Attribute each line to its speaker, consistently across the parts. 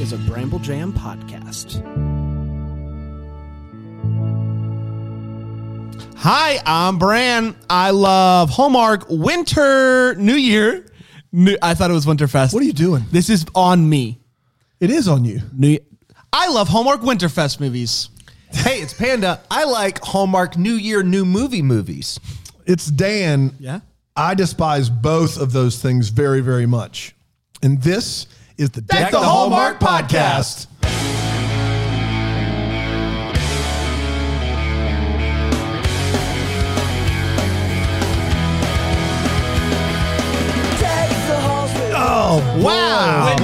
Speaker 1: is a Bramble Jam podcast.
Speaker 2: Hi, I'm Bran. I love Hallmark Winter New Year. New, I thought it was Winterfest.
Speaker 3: What are you doing?
Speaker 2: This is on me.
Speaker 3: It is on you.
Speaker 2: New, I love Hallmark Winterfest movies.
Speaker 4: Hey, it's Panda. I like Hallmark New Year, New Movie movies.
Speaker 3: It's Dan.
Speaker 2: Yeah?
Speaker 3: I despise both of those things very, very much. And this is the Deck,
Speaker 4: the Hallmark podcast.
Speaker 3: Oh, wow.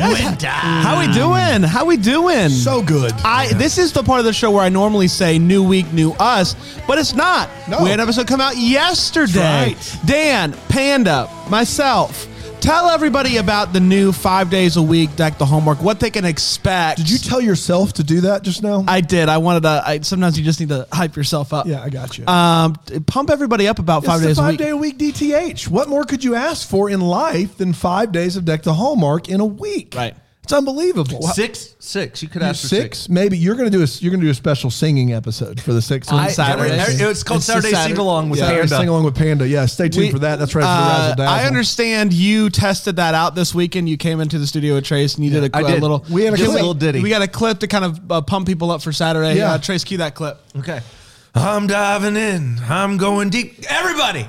Speaker 2: How we doing? How we doing?
Speaker 3: So good.
Speaker 2: I this is the part of the show where I normally say new week, new us, but it's not.
Speaker 3: No.
Speaker 2: We had an episode come out yesterday.
Speaker 3: That's
Speaker 2: Dan, Panda, myself. Tell everybody about the new five days a week deck the homework. What they can expect.
Speaker 3: Did you tell yourself to do that just now?
Speaker 2: I did. I wanted to. I, sometimes you just need to hype yourself up.
Speaker 3: yeah, I got you.
Speaker 2: Um, t- pump everybody up about
Speaker 3: It's
Speaker 2: five
Speaker 3: the
Speaker 2: days a
Speaker 3: five
Speaker 2: week.
Speaker 3: day a week DTH. What more could you ask for in life than five days of Deck the Hallmark in a week?
Speaker 2: Right.
Speaker 3: It's unbelievable.
Speaker 4: Six, six. You could
Speaker 3: Six,
Speaker 4: ask for six.
Speaker 3: maybe you're gonna do a you're gonna do a special singing episode for the sixth
Speaker 2: I-
Speaker 3: one.
Speaker 2: Saturday.
Speaker 4: Every- every- It's called
Speaker 2: It's just
Speaker 4: Saturday
Speaker 2: Saturday.
Speaker 4: Sing Along with
Speaker 3: Yeah,
Speaker 4: Panda.
Speaker 3: sing along with Panda. Yeah, stay tuned
Speaker 2: We-
Speaker 3: for that. That's right. For
Speaker 2: Uh,
Speaker 3: Razzle Dazzle.
Speaker 2: I understand you tested that out this weekend. You came into the studio with Trace and you did a,
Speaker 4: I
Speaker 2: a
Speaker 4: did.
Speaker 2: little.
Speaker 3: We had a
Speaker 2: just
Speaker 3: clip.
Speaker 2: little
Speaker 4: ditty.
Speaker 2: We got a clip to kind of uh, pump people up for Saturday.
Speaker 3: Yeah.
Speaker 2: Uh, Trace, cue that clip.
Speaker 4: Okay. I'm diving in. I'm going deep. Everybody.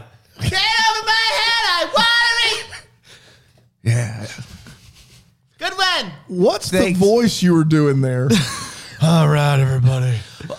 Speaker 4: Yeah.
Speaker 2: Good one.
Speaker 3: What's
Speaker 4: Thanks.
Speaker 3: the voice you were doing there? All right, everybody.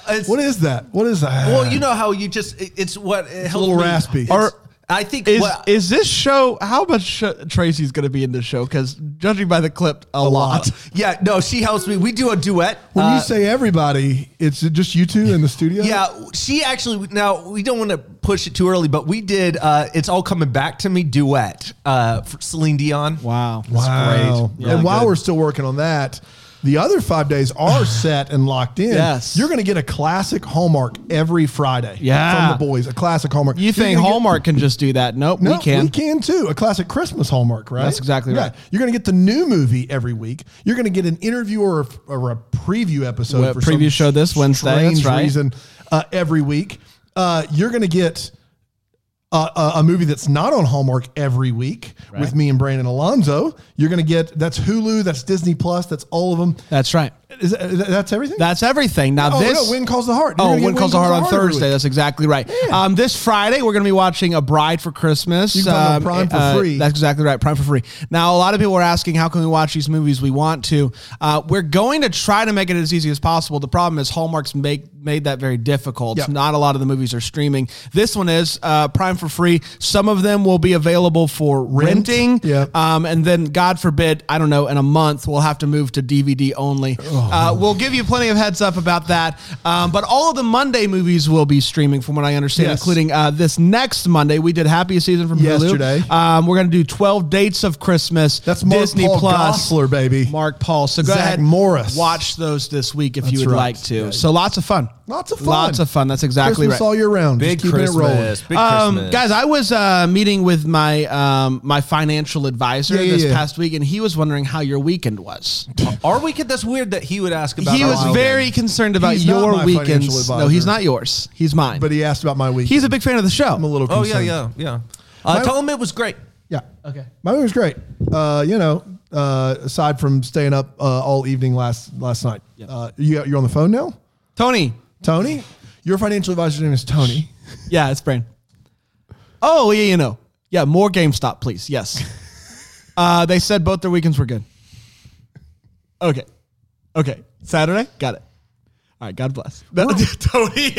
Speaker 4: It's,
Speaker 3: What is that? What is that?
Speaker 4: well, you know how you just, it- it's what it helps
Speaker 3: little
Speaker 4: me-
Speaker 3: raspy.
Speaker 4: it's-
Speaker 2: Or-
Speaker 4: I think
Speaker 2: Is
Speaker 4: what-
Speaker 2: is this show? How much sh- Tracy's going to be in this show? Because judging by the clip, a, lot.
Speaker 4: yeah, no, she helps me. We do a duet.
Speaker 3: when
Speaker 4: Uh,
Speaker 3: you say everybody, it's just you two in the studio.
Speaker 4: Yeah, she actually. Now we don't want to push it too early, but we did. Uh, it's all coming back to me duet uh, for Celine Dion.
Speaker 2: Wow.
Speaker 3: Wow.
Speaker 2: Yeah,
Speaker 3: and while
Speaker 2: good.
Speaker 3: we're still working on that, the other five days are set and locked in.
Speaker 2: Yes.
Speaker 3: You're going to get a classic Hallmark every Friday.
Speaker 2: Yeah.
Speaker 3: From the boys, a classic Hallmark.
Speaker 2: You
Speaker 3: You're
Speaker 2: think
Speaker 3: gonna get-
Speaker 2: Hallmark can just do that? Nope,
Speaker 3: No,
Speaker 2: we can.
Speaker 3: too. A classic Christmas hallmark, right?
Speaker 2: That's exactly right.
Speaker 3: You're going to get the new movie every week. You're going to get an interview or a, or a preview episode.
Speaker 2: Well,
Speaker 3: for some
Speaker 2: preview show this Wednesday,
Speaker 3: strange
Speaker 2: that's right.
Speaker 3: Reason uh, every week. Uh, you're going to get a, a, a movie that's not on Hallmark every week with me and Brandon Alonzo. You're going to get that's Hulu, that's Disney Plus, that's all of them.
Speaker 2: That's right.
Speaker 3: Is that, that's everything.
Speaker 2: That's everything. Now
Speaker 3: oh
Speaker 2: this.
Speaker 3: no, Wind calls the heart. You're
Speaker 2: Oh,
Speaker 3: gonna get
Speaker 2: Wind Calls the Heart on
Speaker 3: every
Speaker 2: Thursday.
Speaker 3: week.
Speaker 2: That's exactly right. Um, this Friday, we're going to be watching A Bride for Christmas. Um, uh,
Speaker 3: You can find it on Prime for free.
Speaker 2: That's exactly right. Prime for free. Now, a lot of people are asking, how can we watch these movies we want to? Uh, we're going to try to make it as easy as possible. The problem is Hallmark's make, made that very difficult.
Speaker 3: Yep.
Speaker 2: Not a lot of the movies are streaming. This one is uh, Prime for free. Some of them will be available for
Speaker 3: Rent.
Speaker 2: renting.
Speaker 3: Yep.
Speaker 2: Um, and then, God forbid, I don't know, in a month, we'll have to move to DVD only.
Speaker 3: Oh.
Speaker 2: Uh, we'll give you plenty of heads up about that. Um, but all of the Monday movies will be streaming, from what I understand,
Speaker 3: Yes.
Speaker 2: including uh, this next Monday. We did Happy Season from Hulu.
Speaker 3: Yesterday.
Speaker 2: Um, we're going to do 12 dates of Christmas.
Speaker 3: That's Mark
Speaker 2: Disney
Speaker 3: Paul
Speaker 2: Plus.
Speaker 3: Gosselaar, baby.
Speaker 2: Mark Paul. So go
Speaker 3: Zach
Speaker 2: ahead.
Speaker 3: Morris.
Speaker 2: Watch those this week if you would
Speaker 3: right.
Speaker 2: like to.
Speaker 3: Yeah.
Speaker 2: So lots of fun.
Speaker 3: Lots of fun.
Speaker 2: Lots of fun. That's exactly
Speaker 3: Christmas
Speaker 2: right.
Speaker 3: all year round. Just keeping it rolling.
Speaker 4: Big
Speaker 2: Um, guys, I was uh, meeting with my um, my financial advisor
Speaker 3: Yeah, yeah,
Speaker 2: this
Speaker 3: yeah.
Speaker 2: past week, and he was wondering how your weekend was.
Speaker 4: our weekend. That's weird that he would ask about.
Speaker 2: he
Speaker 4: our
Speaker 2: was
Speaker 4: weekend.
Speaker 2: very concerned about
Speaker 3: He's not
Speaker 2: your
Speaker 3: my financial
Speaker 2: weekends.
Speaker 3: advisor.
Speaker 2: No, he's not yours. He's mine.
Speaker 3: But he asked about my week.
Speaker 2: he's a big fan of the show.
Speaker 3: I'm a little.
Speaker 4: Oh yeah,
Speaker 3: concerned.
Speaker 4: yeah, yeah. Uh,
Speaker 3: My-
Speaker 4: tell him it was great.
Speaker 3: Yeah. Okay. My week was great. Uh, you know, uh, aside from staying up uh, all evening last last night. Uh, you, you're on the phone now,
Speaker 2: Tony.
Speaker 3: Tony. Your financial advisor's name is Tony.
Speaker 2: Yeah, it's Brain. Oh yeah, you know. Yeah, more GameStop, please. Yes. uh, they said both their weekends were good. Okay. Okay. Saturday, got it. All right. God bless. Tony.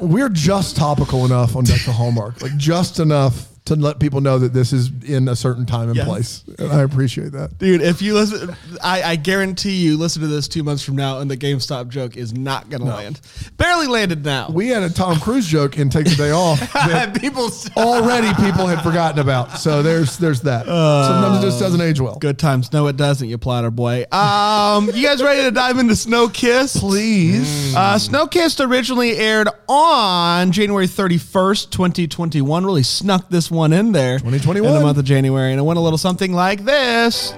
Speaker 3: We're just topical enough on Deck the Hallmark, like just enough to let people know that this is in a certain time and
Speaker 2: Yes.
Speaker 3: place. And I appreciate that.
Speaker 2: Dude, if you listen, I, I guarantee you listen to this two months from now, and the GameStop joke is not going to land. Barely landed now.
Speaker 3: We had a Tom Cruise joke and take the day off. that
Speaker 2: people
Speaker 3: already people had forgotten about. So there's there's that. Sometimes it just doesn't age well.
Speaker 2: Uh, good times. No, it doesn't. You plotter boy. Um, you guys ready to dive into Snow Kiss?
Speaker 3: Please.
Speaker 2: Uh, Snowkissed originally aired on January 31st, 2021. Really snuck this one in there.
Speaker 3: 2021.
Speaker 2: In the month of January. And it went a little something like this.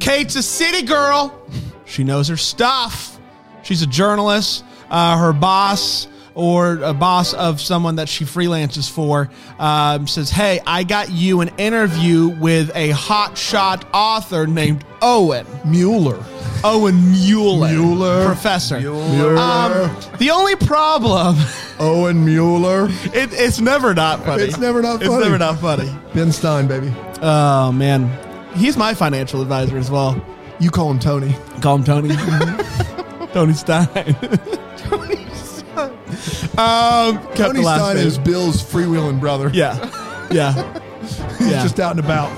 Speaker 2: Kate's a city girl. She knows her stuff. She's a journalist. Uh, her boss or a boss of someone that she freelances for um, says, Hey, I got you an interview with a hotshot author named Owen.
Speaker 3: Mueller.
Speaker 2: Owen Mueller.
Speaker 3: Mueller.
Speaker 2: Professor.
Speaker 3: Mueller.
Speaker 2: Um, the only problem,
Speaker 3: Owen Mueller.
Speaker 2: it, it's never not funny.
Speaker 3: It's never not
Speaker 2: It's
Speaker 3: funny.
Speaker 2: never not funny.
Speaker 3: Ben Stein, baby.
Speaker 2: Oh, man. He's my financial advisor as well.
Speaker 3: You call him Tony.
Speaker 2: Call him Tony.
Speaker 3: Mm-hmm.
Speaker 2: Tony Stein. Um, cut the
Speaker 3: Tony
Speaker 2: last
Speaker 3: Stein
Speaker 2: name.
Speaker 3: is Bill's freewheeling brother.
Speaker 2: yeah, yeah,
Speaker 3: He's
Speaker 2: yeah.
Speaker 3: just out and about.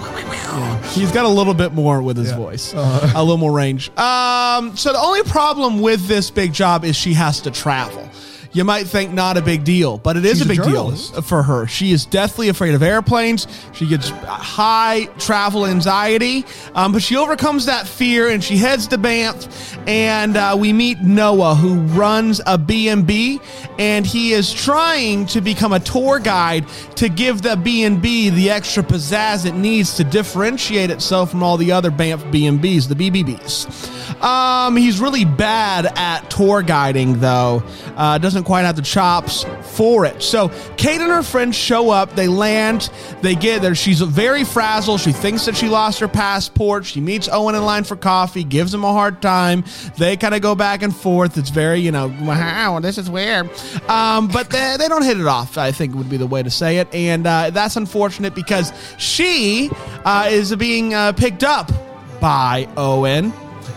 Speaker 2: He's got a little bit more with his
Speaker 3: Yeah.
Speaker 2: voice,
Speaker 3: Uh-huh.
Speaker 2: a little more range. Um, so the only problem with this big job is she has to travel. You might think not a big deal, but it is
Speaker 3: She's
Speaker 2: a
Speaker 3: a
Speaker 2: big deal
Speaker 3: journalist.
Speaker 2: for her. She is deathly afraid of airplanes. She gets high travel anxiety, um, but she overcomes that fear and she heads to Banff. And uh, we meet Noah, who runs a B&B, and he is trying to become a tour guide to give the B&B the extra pizzazz it needs to differentiate itself from all the other Banff B&Bs, the BBBs. Um, he's really bad at tour guiding, though. Uh, doesn't quite have the chops for it. So Kate and her friends show up. They land. They get there. She's very frazzled. She thinks that she lost her passport. She meets Owen in line for coffee. Gives him a hard time. They kind of go back and forth. It's very, you know, wow, this is weird. Um, but they, they don't hit it off. I think would be the way to say it. And uh, that's unfortunate because she uh, is being uh, picked up by Owen.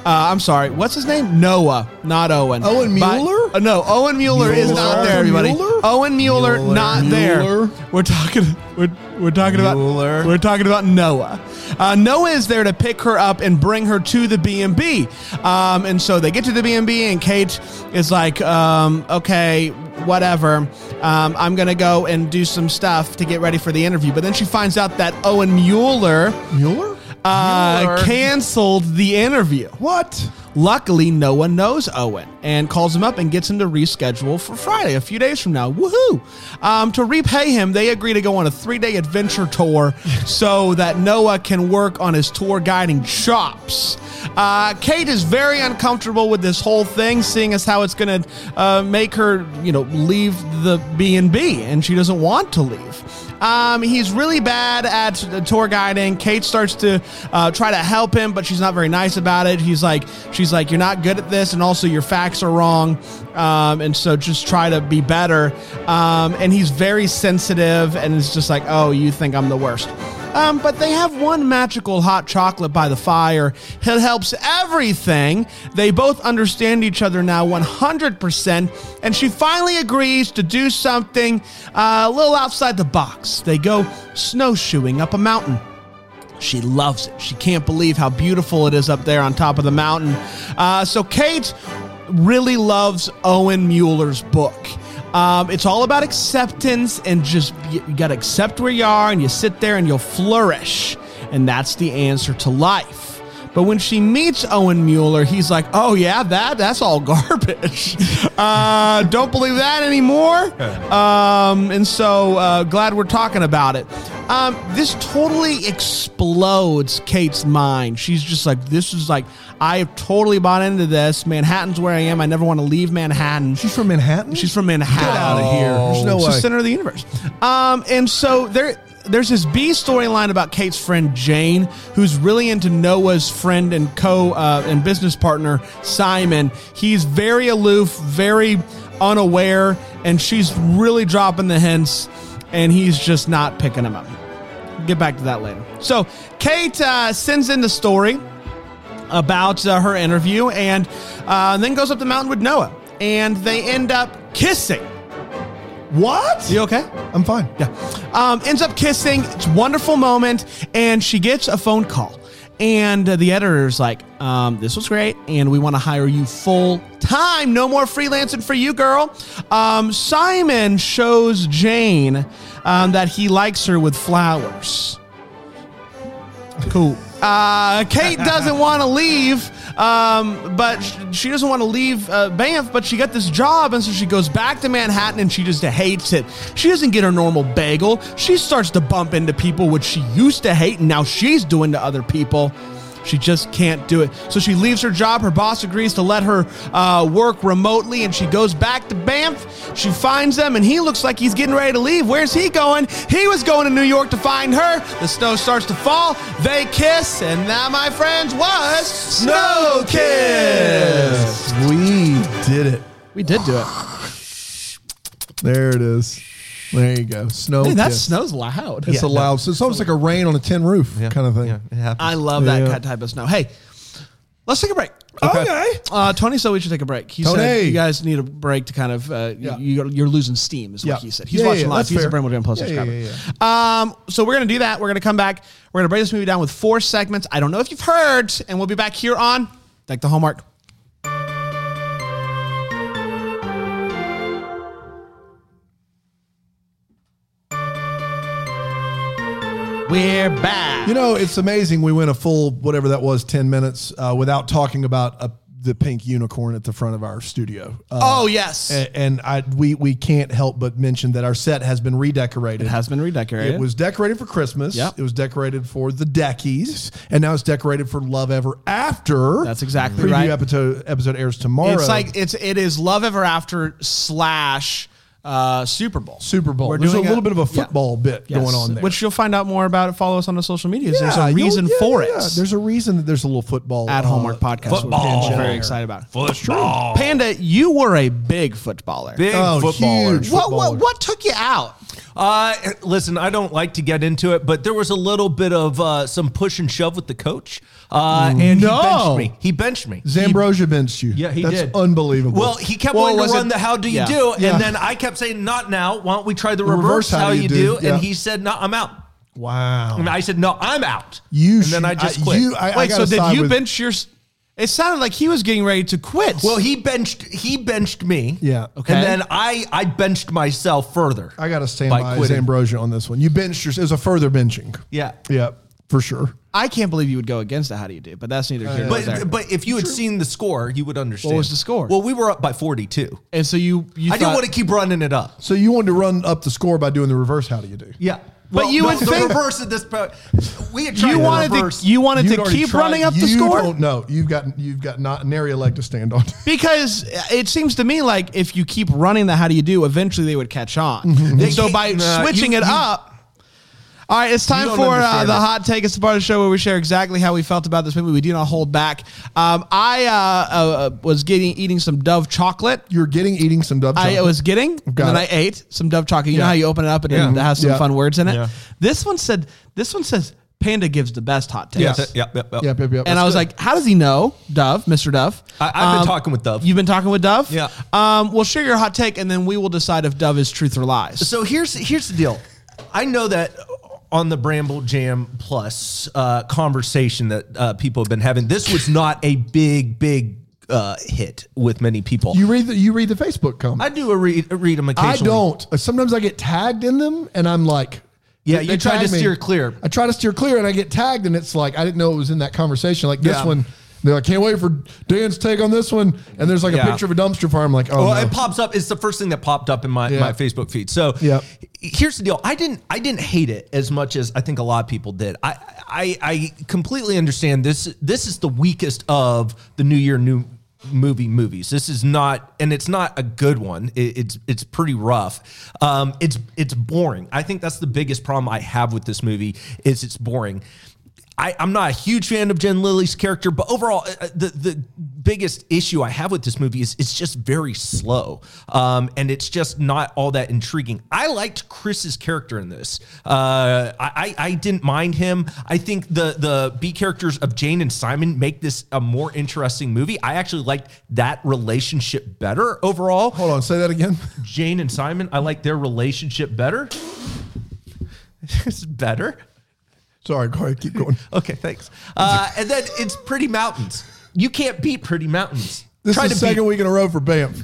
Speaker 2: Uh, I'm sorry. What's his name? Noah, not Owen.
Speaker 3: Owen
Speaker 2: But-
Speaker 3: Mueller?
Speaker 2: uh, no, Owen Mueller, is not
Speaker 3: Mueller?
Speaker 2: there, everybody.
Speaker 3: Mueller?
Speaker 2: Owen Mueller,
Speaker 4: Mueller.
Speaker 2: not
Speaker 3: Mueller?
Speaker 2: there. We're talking. We're, we're talking
Speaker 4: Mueller.
Speaker 2: about. We're talking about Noah. Uh, Noah is there to pick her up and bring her to the B and B. Um, and so they get to the B and B, and Kate is like, um, "Okay, whatever. Um, I'm gonna go and do some stuff to get ready for the interview." But then she finds out that Owen Mueller
Speaker 3: Mueller?
Speaker 2: uh,
Speaker 4: Mueller.
Speaker 2: canceled the interview.
Speaker 3: What?
Speaker 2: Luckily, no one knows Owen and calls him up and gets him to reschedule for Friday, a few days from now. Woohoo! Um, to repay him, they agree to go on a three day adventure tour so that Noah can work on his tour guiding chops. Uh, Kate is very uncomfortable with this whole thing, seeing as how it's going to uh, make her, you know, leave the B and B, and she doesn't want to leave. Um, he's really bad at uh, tour guiding. Kate starts to uh, try to help him, but she's not very nice about it. He's like, she's like, you're not good at this, and also your facts are wrong, um, and so just try to be better. Um, and he's very sensitive, and it's just like, oh, you think I'm the worst. Um, but they have one magical hot chocolate by the fire. It helps everything. They both understand each other now 100%. And she finally agrees to do something uh, a little outside the box. They go snowshoeing up a mountain. She loves it. She can't believe how beautiful it is up there on top of the mountain. Uh, so Kate really loves Owen Mueller's book. Um, it's all about acceptance and just you, you got to accept where you are and you sit there and you'll flourish. And that's the answer to life. But when she meets Owen Mueller, he's like, "Oh yeah, that that's all garbage. uh, don't believe that anymore." Um, and so uh, glad we're talking about it. Um, this totally explodes Kate's mind. She's just like, "This is like, I have totally bought into this. Manhattan's where I am. I never want to leave Manhattan."
Speaker 3: She's from Manhattan?
Speaker 2: She's from Manhattan.
Speaker 3: Get outta here. There's no
Speaker 2: It's the
Speaker 3: way.
Speaker 2: center of the universe. Um, and so there. There's this B storyline about Kate's friend Jane, who's really into Noah's friend and co uh, and business partner Simon. He's very aloof, very unaware, and she's really dropping the hints, and he's just not picking them up. Get back to that later. So Kate uh, sends in the story about uh, her interview and uh, then goes up the mountain with Noah. And they end up kissing.
Speaker 3: What?
Speaker 2: You okay?
Speaker 3: I'm fine.
Speaker 2: Yeah. Um, ends up kissing. It's a wonderful moment. And she gets a phone call. And uh, the editor's like, um, this was great. And we want to hire you full time. No more freelancing for you, girl. Um, Simon shows Jane um, that he likes her with flowers. Cool. Uh, Kate doesn't want to leave, um, but sh- she doesn't want to leave uh, Banff, but she got this job, and so she goes back to Manhattan and she just hates it. She doesn't get her normal bagel. She starts to bump into people, which she used to hate, and now she's doing to other people. She just can't do it. So she leaves her job. Her boss agrees to let her uh, work remotely, and she goes back to Banff. She finds them, and he looks like he's getting ready to leave. Where's he going? He was going to New York to find her. The snow starts to fall. They kiss, and that, my friends, was Snow Kiss.
Speaker 3: We did it.
Speaker 2: We did do it.
Speaker 3: There it is. There you go. Snow.
Speaker 2: Dude, that
Speaker 3: kiss.
Speaker 2: snow's loud.
Speaker 3: It's a loud. so it's almost like a rain on a tin roof kind of thing. Uh,
Speaker 4: Yeah, it happens.
Speaker 2: I love that
Speaker 3: Yeah.
Speaker 2: kind type of snow. Hey, let's take a break.
Speaker 3: Okay.
Speaker 2: Uh, Tony said we should take a break. He said
Speaker 3: Tony!
Speaker 2: you guys need a break to kind of uh,
Speaker 3: Yeah.
Speaker 2: you, you're, you're losing steam, is what
Speaker 3: Yeah.
Speaker 2: he said. He's
Speaker 3: Yeah,
Speaker 2: watching
Speaker 3: yeah,
Speaker 2: live.
Speaker 3: that's
Speaker 2: He's a
Speaker 3: fair.
Speaker 2: Brand Jam Plus
Speaker 3: Yeah,
Speaker 2: subscriber.
Speaker 3: yeah,
Speaker 2: Um, so we're gonna do that. We're gonna come back. We're gonna break this movie down with four segments. I don't know if you've heard, and we'll be back here on like the Hallmark. We're back.
Speaker 3: You know, it's amazing. We went a full whatever that was, ten minutes uh, without talking about a, the pink unicorn at the front of our studio. Uh,
Speaker 2: oh yes.
Speaker 3: a- and I we we can't help but mention that our set has been redecorated.
Speaker 2: It has been redecorated.
Speaker 3: It was decorated for Christmas.
Speaker 2: Yep.
Speaker 3: It was decorated for the Deckies, and now it's decorated for Love Ever After.
Speaker 2: That's exactly
Speaker 3: Preview
Speaker 2: right.
Speaker 3: episode episode airs tomorrow.
Speaker 2: It's like it's it is Love Ever After slash uh, Super Bowl.
Speaker 3: Super Bowl. There's a little bit of a football bit
Speaker 2: yeah.
Speaker 3: going on there.
Speaker 2: which you'll find out more about. Follow us on the social medias. There's a
Speaker 3: you'll-
Speaker 2: reason
Speaker 3: yeah,
Speaker 2: for
Speaker 3: yeah,
Speaker 2: it.
Speaker 3: yeah. There's a reason that there's a little football
Speaker 2: at
Speaker 3: uh,
Speaker 2: Hallmark Podcast. which
Speaker 4: football.
Speaker 2: We're very excited about.
Speaker 4: Football.
Speaker 2: Panda, you were a big footballer.
Speaker 4: Big
Speaker 3: Oh,
Speaker 4: footballer.
Speaker 3: huge.
Speaker 2: what, what
Speaker 3: footballer.
Speaker 2: what took you out?
Speaker 4: Uh, listen, I don't like to get into it, but there was a little bit of uh, some push and shove with the coach, uh, and
Speaker 2: No.
Speaker 4: he benched me. He benched me.
Speaker 3: Zambrosia benched you.
Speaker 4: Yeah, he
Speaker 3: That's
Speaker 4: did.
Speaker 3: unbelievable.
Speaker 4: Well, he kept
Speaker 2: Well,
Speaker 4: wanting
Speaker 2: was
Speaker 4: to run
Speaker 2: it-
Speaker 4: the how do you
Speaker 2: yeah.
Speaker 4: do, and
Speaker 3: Yeah.
Speaker 4: then I kept saying not now. Why don't we try the, reverse, how, you do?
Speaker 3: yeah.
Speaker 4: And he said no, I'm out.
Speaker 3: wow.
Speaker 4: And I said no, I'm out.
Speaker 3: you
Speaker 4: and then I just quit.
Speaker 3: You, I, I
Speaker 2: Wait, so
Speaker 3: gotta
Speaker 2: did
Speaker 3: side
Speaker 2: you
Speaker 3: with-
Speaker 2: bench your? s- It sounded like he was getting ready to quit.
Speaker 4: well, he benched he benched me.
Speaker 3: Yeah.
Speaker 2: Okay.
Speaker 4: And then I I benched myself further.
Speaker 3: I got to stand
Speaker 4: by
Speaker 3: by,
Speaker 4: quitting.
Speaker 3: Zambrosia on this one. You benched yours. It was a further benching.
Speaker 4: yeah.
Speaker 3: Yeah, for sure.
Speaker 2: I can't believe you would go against the How do you do? But that's
Speaker 3: Uh,
Speaker 2: neither here nor there.
Speaker 4: But but if you had seen the score, you would understand.
Speaker 2: was the score?
Speaker 4: Well, we were up by 42.
Speaker 2: and so you, you
Speaker 4: I
Speaker 2: thought-
Speaker 4: didn't want to keep running it up.
Speaker 3: So you wanted to run up the score by doing the reverse. How do you do?
Speaker 4: Yeah.
Speaker 2: But you
Speaker 4: no,
Speaker 2: would
Speaker 4: the
Speaker 2: think-
Speaker 4: reverse at this point. We had tried
Speaker 2: You
Speaker 4: the
Speaker 2: wanted
Speaker 4: reverse.
Speaker 2: to you wanted
Speaker 3: You'd
Speaker 2: to
Speaker 3: already
Speaker 2: keep
Speaker 3: tried-
Speaker 2: running up the
Speaker 3: you
Speaker 2: score.
Speaker 3: Don't, no, you've got you've got not nary a leg to stand on.
Speaker 2: Because it seems to me like if you keep running the how do you do, eventually they would catch on. And so
Speaker 4: can't-
Speaker 2: by
Speaker 4: nah,
Speaker 2: switching
Speaker 4: you-
Speaker 2: it
Speaker 4: you-
Speaker 2: up. All right, it's time
Speaker 4: don't
Speaker 2: for uh,
Speaker 4: understand
Speaker 2: the
Speaker 4: it.
Speaker 2: hot take. It's the part of the show where we share exactly how we felt about this movie. We do not hold back. Um, I uh, uh, uh, was getting eating some Dove chocolate.
Speaker 3: You're getting eating some dove.
Speaker 2: I
Speaker 3: chocolate.
Speaker 2: was getting, and
Speaker 3: Got
Speaker 2: then I
Speaker 3: it.
Speaker 2: ate some Dove chocolate. You know
Speaker 3: Yeah.
Speaker 2: how you open it up and
Speaker 4: Yeah.
Speaker 2: it has some
Speaker 3: Yeah.
Speaker 2: fun words in it.
Speaker 4: Yeah.
Speaker 2: This one said. This one says Panda gives the best hot takes.
Speaker 3: Yes.
Speaker 4: Yep, yep, yep.
Speaker 3: Yep, yep, yep.
Speaker 2: And I was like, how does he know Dove, Mr. Dove?
Speaker 4: I-
Speaker 2: Um,
Speaker 4: I've been talking with Dove.
Speaker 2: You've been talking with Dove?
Speaker 4: Yeah.
Speaker 2: Um, well, share your hot take, and then we will decide if Dove is truth or lies.
Speaker 4: So here's here's the deal. I know that on the Bramble Jam Plus uh, conversation that uh, people have been having, this was not a big, big uh, hit with many people.
Speaker 3: you read the you read the Facebook comment.
Speaker 4: I do a read, read them
Speaker 3: I
Speaker 4: occasionally.
Speaker 3: don't. Sometimes I get tagged in them, and I'm like,
Speaker 4: Yeah,
Speaker 3: they-
Speaker 4: you
Speaker 3: they
Speaker 4: try to
Speaker 3: tag me.
Speaker 4: steer clear.
Speaker 3: I try to steer clear, and I get tagged, and it's like I didn't know it was in that conversation. Like this
Speaker 4: Yeah.
Speaker 3: one, they're like, can't wait for Dan's take on this one, and there's like
Speaker 4: Yeah.
Speaker 3: a picture of a dumpster fire. I'm like, oh,
Speaker 4: Well,
Speaker 3: no.
Speaker 4: it pops up. It's the first thing that popped up in my,
Speaker 3: Yeah.
Speaker 4: my Facebook feed. So
Speaker 3: Yep.
Speaker 4: here's the deal. I didn't I didn't hate it as much as I think a lot of people did. I I, I completely understand this. This is the weakest of the New Year New movie movies. This is not, and it's not a good one. It, it's it's pretty rough. Um, it's it's boring. I think that's the biggest problem I have with this movie is it's boring. I, I'm not a huge fan of Jen Lilly's character, but overall, uh, uh, the the biggest issue I have with this movie is it's just very slow, um, and it's just not all that intriguing. I liked Chris's character in this. Uh, I, I I didn't mind him. I think the the B characters of Jane and Simon make this a more interesting movie. I actually liked that relationship better overall.
Speaker 3: Hold on, say that again.
Speaker 4: Jane and Simon, I like their relationship better. it's better.
Speaker 3: Sorry, go ahead, keep going.
Speaker 4: Okay, thanks. Uh, and then it's Pretty Mountains. You can't beat Pretty Mountains.
Speaker 3: This
Speaker 4: Try
Speaker 3: is the
Speaker 4: to beat
Speaker 3: second week in a row for Banff.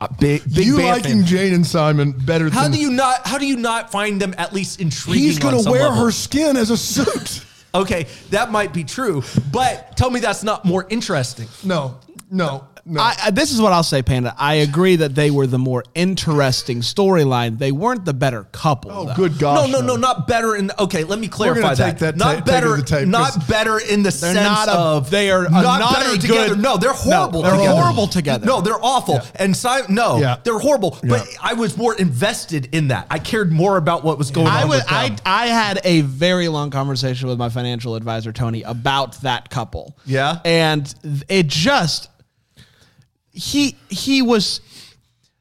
Speaker 4: a big, big
Speaker 3: you
Speaker 4: band
Speaker 3: liking
Speaker 4: fan.
Speaker 3: Jane and Simon better
Speaker 4: How
Speaker 3: than
Speaker 4: do you not? How do you not find them at least intriguing?
Speaker 3: he's
Speaker 4: going
Speaker 3: gonna
Speaker 4: to
Speaker 3: wear her skin as a suit.
Speaker 4: Okay, that might be true, but tell me that's not more interesting.
Speaker 3: no, no.
Speaker 2: I, I, this is what I'll say, Panda. I agree that they were the more interesting storyline. They weren't the better couple.
Speaker 3: Oh,
Speaker 2: though.
Speaker 3: good
Speaker 4: No,
Speaker 3: gosh.
Speaker 4: no, no, not better in. The, okay, let me clarify
Speaker 3: take
Speaker 4: that.
Speaker 3: that
Speaker 4: Not
Speaker 3: tape- take
Speaker 4: better.
Speaker 3: it to the tape, 'cause
Speaker 4: not better in the sense
Speaker 2: not a-
Speaker 4: of
Speaker 2: they are a
Speaker 4: not,
Speaker 2: not
Speaker 4: better
Speaker 2: a
Speaker 4: together.
Speaker 2: good-
Speaker 4: no, they're
Speaker 2: No,
Speaker 4: horrible.
Speaker 2: they're
Speaker 4: together.
Speaker 2: horrible together.
Speaker 4: No, they're awful. And si- no,
Speaker 3: Yeah.
Speaker 4: they're horrible. But
Speaker 3: Yeah.
Speaker 4: I was more invested in that. I cared more about what was going
Speaker 2: I
Speaker 4: on.
Speaker 2: would.
Speaker 4: with them.
Speaker 2: I I had a very long conversation with my financial advisor Tony about that couple.
Speaker 4: Yeah?
Speaker 2: and th- it just he he was.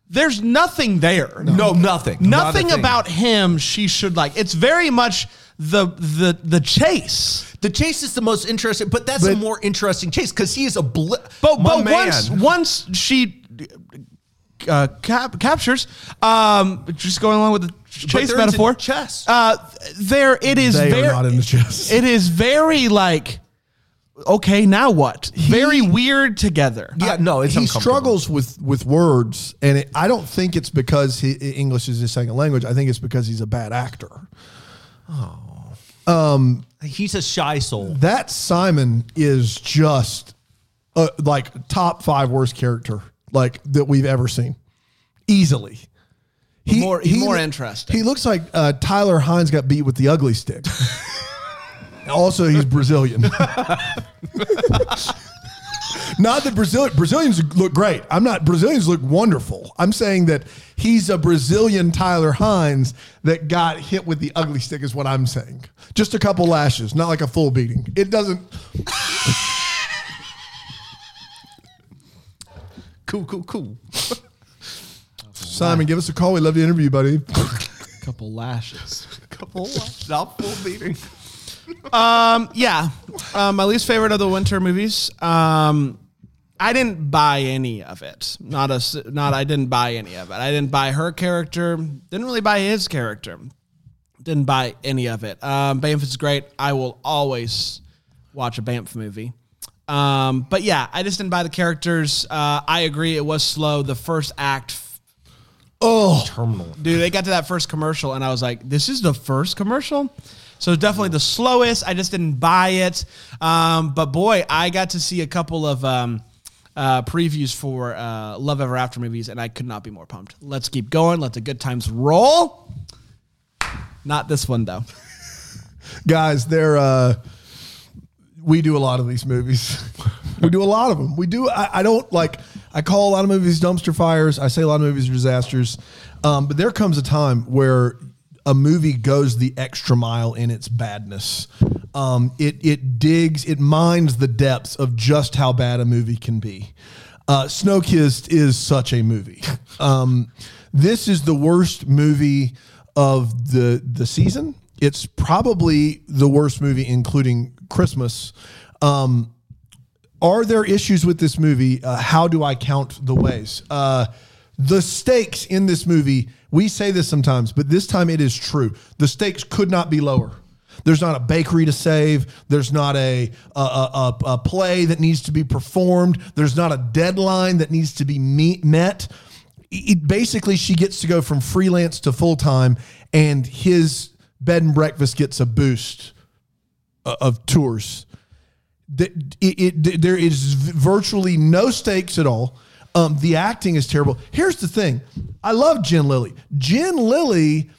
Speaker 2: There's nothing there.
Speaker 4: no, nothing. Not a
Speaker 2: Nothing
Speaker 4: thing.
Speaker 2: about him. She should like. It's very much the the the chase.
Speaker 4: the chase is the most interesting, but that's a more interesting chase because he is a bl-
Speaker 2: But
Speaker 4: my
Speaker 2: but
Speaker 4: man.
Speaker 2: once once she uh, cap- captures, um, just going along with the chase
Speaker 4: they're into
Speaker 2: metaphor,
Speaker 4: chess.
Speaker 2: Uh, there it is.
Speaker 3: They
Speaker 2: very,
Speaker 3: are not in the chest.
Speaker 2: It is very like, okay, now what? very weird together.
Speaker 4: yeah, no, it's
Speaker 3: he
Speaker 4: uncomfortable.
Speaker 3: struggles with with words, and it, I don't think it's because he, English is his second language. I think it's because he's a bad actor.
Speaker 4: He's a shy soul.
Speaker 3: That Simon is just uh, like top five worst character like that we've ever seen, easily. He,
Speaker 2: More- he's more interesting.
Speaker 3: He looks like uh, Tyler Hines got beat with the ugly stick. also, he's Brazilian. Not that Brazil Brazilians look great. I'm not Brazilians look wonderful. I'm saying that he's a Brazilian Tyler Hines that got hit with the ugly stick is what I'm saying. Just a couple lashes, not like a full beating. It doesn't
Speaker 4: Cool, cool, cool.
Speaker 3: Simon, give us a call. We'd love to interview you, buddy.
Speaker 2: couple lashes.
Speaker 4: Couple, not full beating.
Speaker 2: Um, yeah. Um, my least favorite of the winter movies. Um, I didn't buy any of it. Not a, s- not. I didn't buy any of it. I didn't buy her character. Didn't really buy his character. Didn't buy any of it. Um, Banff is great. I will always watch a Banff movie. Um, but yeah, I just didn't buy the characters. Uh, I agree. It was slow. The first act f- Dude, they got to that first commercial, and I was like, "This is the first commercial." So it's definitely the slowest. I just didn't buy it, um, but boy, I got to see a couple of um, uh, previews for uh, Love Ever After movies, and I could not be more pumped. Let's keep going. Let the good times roll. Not this one though.
Speaker 3: guys they're uh we do a lot of these movies we do a lot of them we do I, I don't like i call a lot of movies dumpster fires i say a lot of movies are disasters um, but there comes a time where a movie goes the extra mile in its badness um, it it digs it mines the depths of just how bad a movie can be uh, Snowkissed is such a movie. Um, this is the worst movie of the the season. It's probably the worst movie, including Christmas. Um, are there issues with this movie? Uh, how do I count the ways? Uh, the stakes in this movie, we say this sometimes, but this time it is true. The stakes could not be lower. There's not a bakery to save. There's not a, a, a, a- a play that needs to be performed. There's not a deadline that needs to be meet, met. It, basically, she gets to go from freelance to full time, and his bed and breakfast gets a boost o- of tours th- it, it, th- there is v- virtually no stakes at all. Um, the acting is terrible. Here's the thing: I love Jen Lilly. Jen Lilly,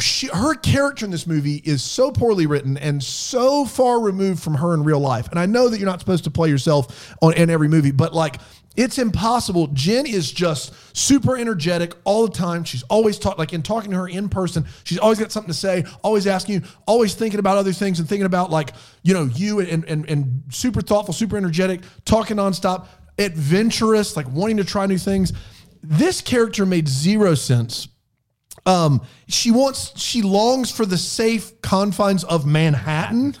Speaker 3: she, her character in this movie is so poorly written and so far removed from her in real life. And I know that you're not supposed to play yourself on in every movie, but like. It's impossible. Jen is just super energetic all the time. She's always talk like in talking to her in person. She's always got something to say, always asking you, always thinking about other things and thinking about like, you know, you and and and super thoughtful, super energetic, talking nonstop, adventurous, like wanting to try new things. This character made zero sense um, she wants, she longs for the safe confines of Manhattan.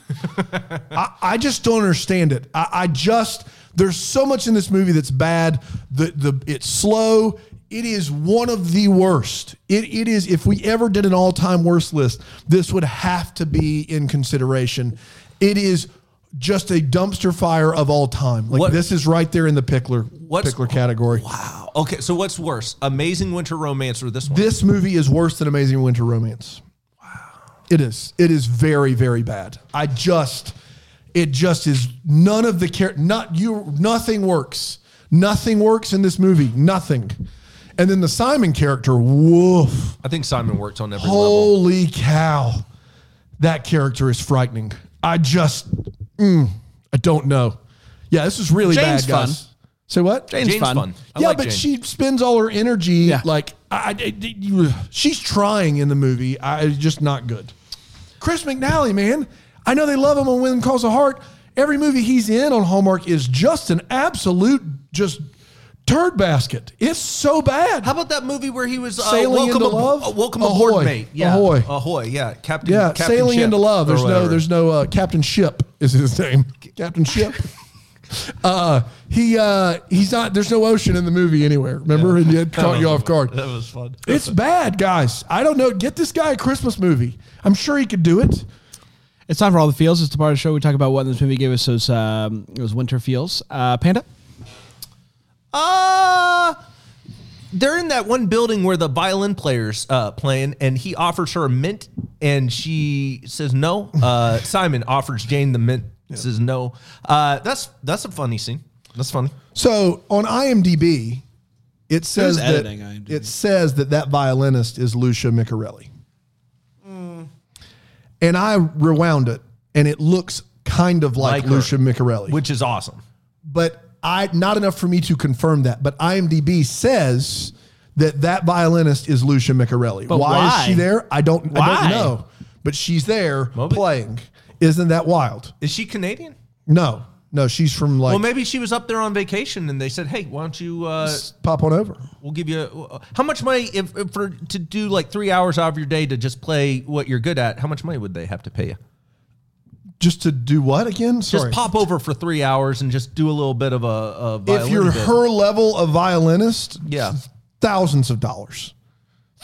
Speaker 3: I, I just don't understand it. I, I just, there's so much in this movie that's bad. The, the, it's slow. It is one of the worst. It, it is, if we ever did an all time worst list, this would have to be in consideration. It is just a dumpster fire of all time. Like
Speaker 4: What-
Speaker 3: this is right there in the pickler,
Speaker 4: What's-
Speaker 3: pickler category.
Speaker 4: Wow. Okay, so what's worse, Amazing Winter Romance or this one?
Speaker 3: This movie is worse than Amazing Winter Romance. Wow. It is. It is very, very bad. I just, it just is none of the care, not you, nothing works. Nothing works in this movie. Nothing. And then the Simon character, woof.
Speaker 4: I think Simon worked on every level.
Speaker 3: Holy cow. That character is frightening. I just, mm, I don't know. Yeah, this is really
Speaker 2: Jane's
Speaker 3: bad, guys.
Speaker 2: fun.
Speaker 3: Say what?
Speaker 2: Jane's
Speaker 4: Jane's
Speaker 2: fun.
Speaker 4: fun. I
Speaker 3: yeah,
Speaker 4: like
Speaker 3: but
Speaker 4: Jane.
Speaker 3: she spends all her energy
Speaker 2: Yeah.
Speaker 3: like I, I- I- you- she's trying in the movie. I it's just not good. Chris McNally, man, I know they love him on When Calls a Heart. Every movie he's in on Hallmark is just an absolute just turd basket. It's so bad.
Speaker 4: How about that movie where he was uh,
Speaker 3: Sailing
Speaker 4: welcome
Speaker 3: into
Speaker 4: ab-
Speaker 3: love?
Speaker 4: uh, welcome
Speaker 3: Ahoy.
Speaker 4: aboard, mate. Yeah,
Speaker 3: Ahoy.
Speaker 4: ahoy. Yeah, Captain.
Speaker 3: yeah,
Speaker 4: Captain
Speaker 3: sailing
Speaker 4: Ship
Speaker 3: into love.
Speaker 4: or
Speaker 3: There's no,
Speaker 4: whatever.
Speaker 3: there's no uh, Captain Ship is his name. Captain Ship. Uh, he uh, he's not. There's no ocean in the movie anywhere. Remember, and it caught you off guard.
Speaker 4: That was fun.
Speaker 3: It's bad, guys. I don't know. Get this guy a Christmas movie. I'm sure he could do it.
Speaker 2: It's time for all the feels. It's the part of the show we talk about what this movie gave us. So it's, um, it was winter feels. Uh, Panda.
Speaker 4: Uh they're in that one building where the violin players uh playing and he offers her a mint and she says no. Uh Simon offers Jane the mint, says no. Uh that's that's a funny scene. That's funny.
Speaker 3: So on IMDb, it says that
Speaker 2: editing IMDb?
Speaker 3: it says that that violinist is Lucia Micarelli. And I rewound it, and it looks kind of like,
Speaker 4: Like her.
Speaker 3: Lucia Micarelli,
Speaker 4: Which is awesome.
Speaker 3: but I not enough for me to confirm that. But IMDb says that that violinist is Lucia Micarelli. Why,
Speaker 2: why?
Speaker 3: is she there? I don't. I
Speaker 2: Why?
Speaker 3: don't know. But she's there
Speaker 4: Moby-
Speaker 3: playing. Isn't that wild?
Speaker 4: Is she Canadian?
Speaker 3: No, no, she's from like
Speaker 4: Well, maybe she was up there on vacation and they said, "Hey, why don't you uh
Speaker 3: pop on over.
Speaker 4: we'll give you a, how much money if, if for to do like 3 hours out of your day to just play what you're good at? How much money would they have to pay you?"
Speaker 3: Just to do what again? Sorry.
Speaker 4: Just pop over for three hours and just do a little bit of a. a
Speaker 3: If
Speaker 4: violin
Speaker 3: you're
Speaker 4: bit.
Speaker 3: her level of violinist,
Speaker 4: Yeah.
Speaker 3: thousands of dollars.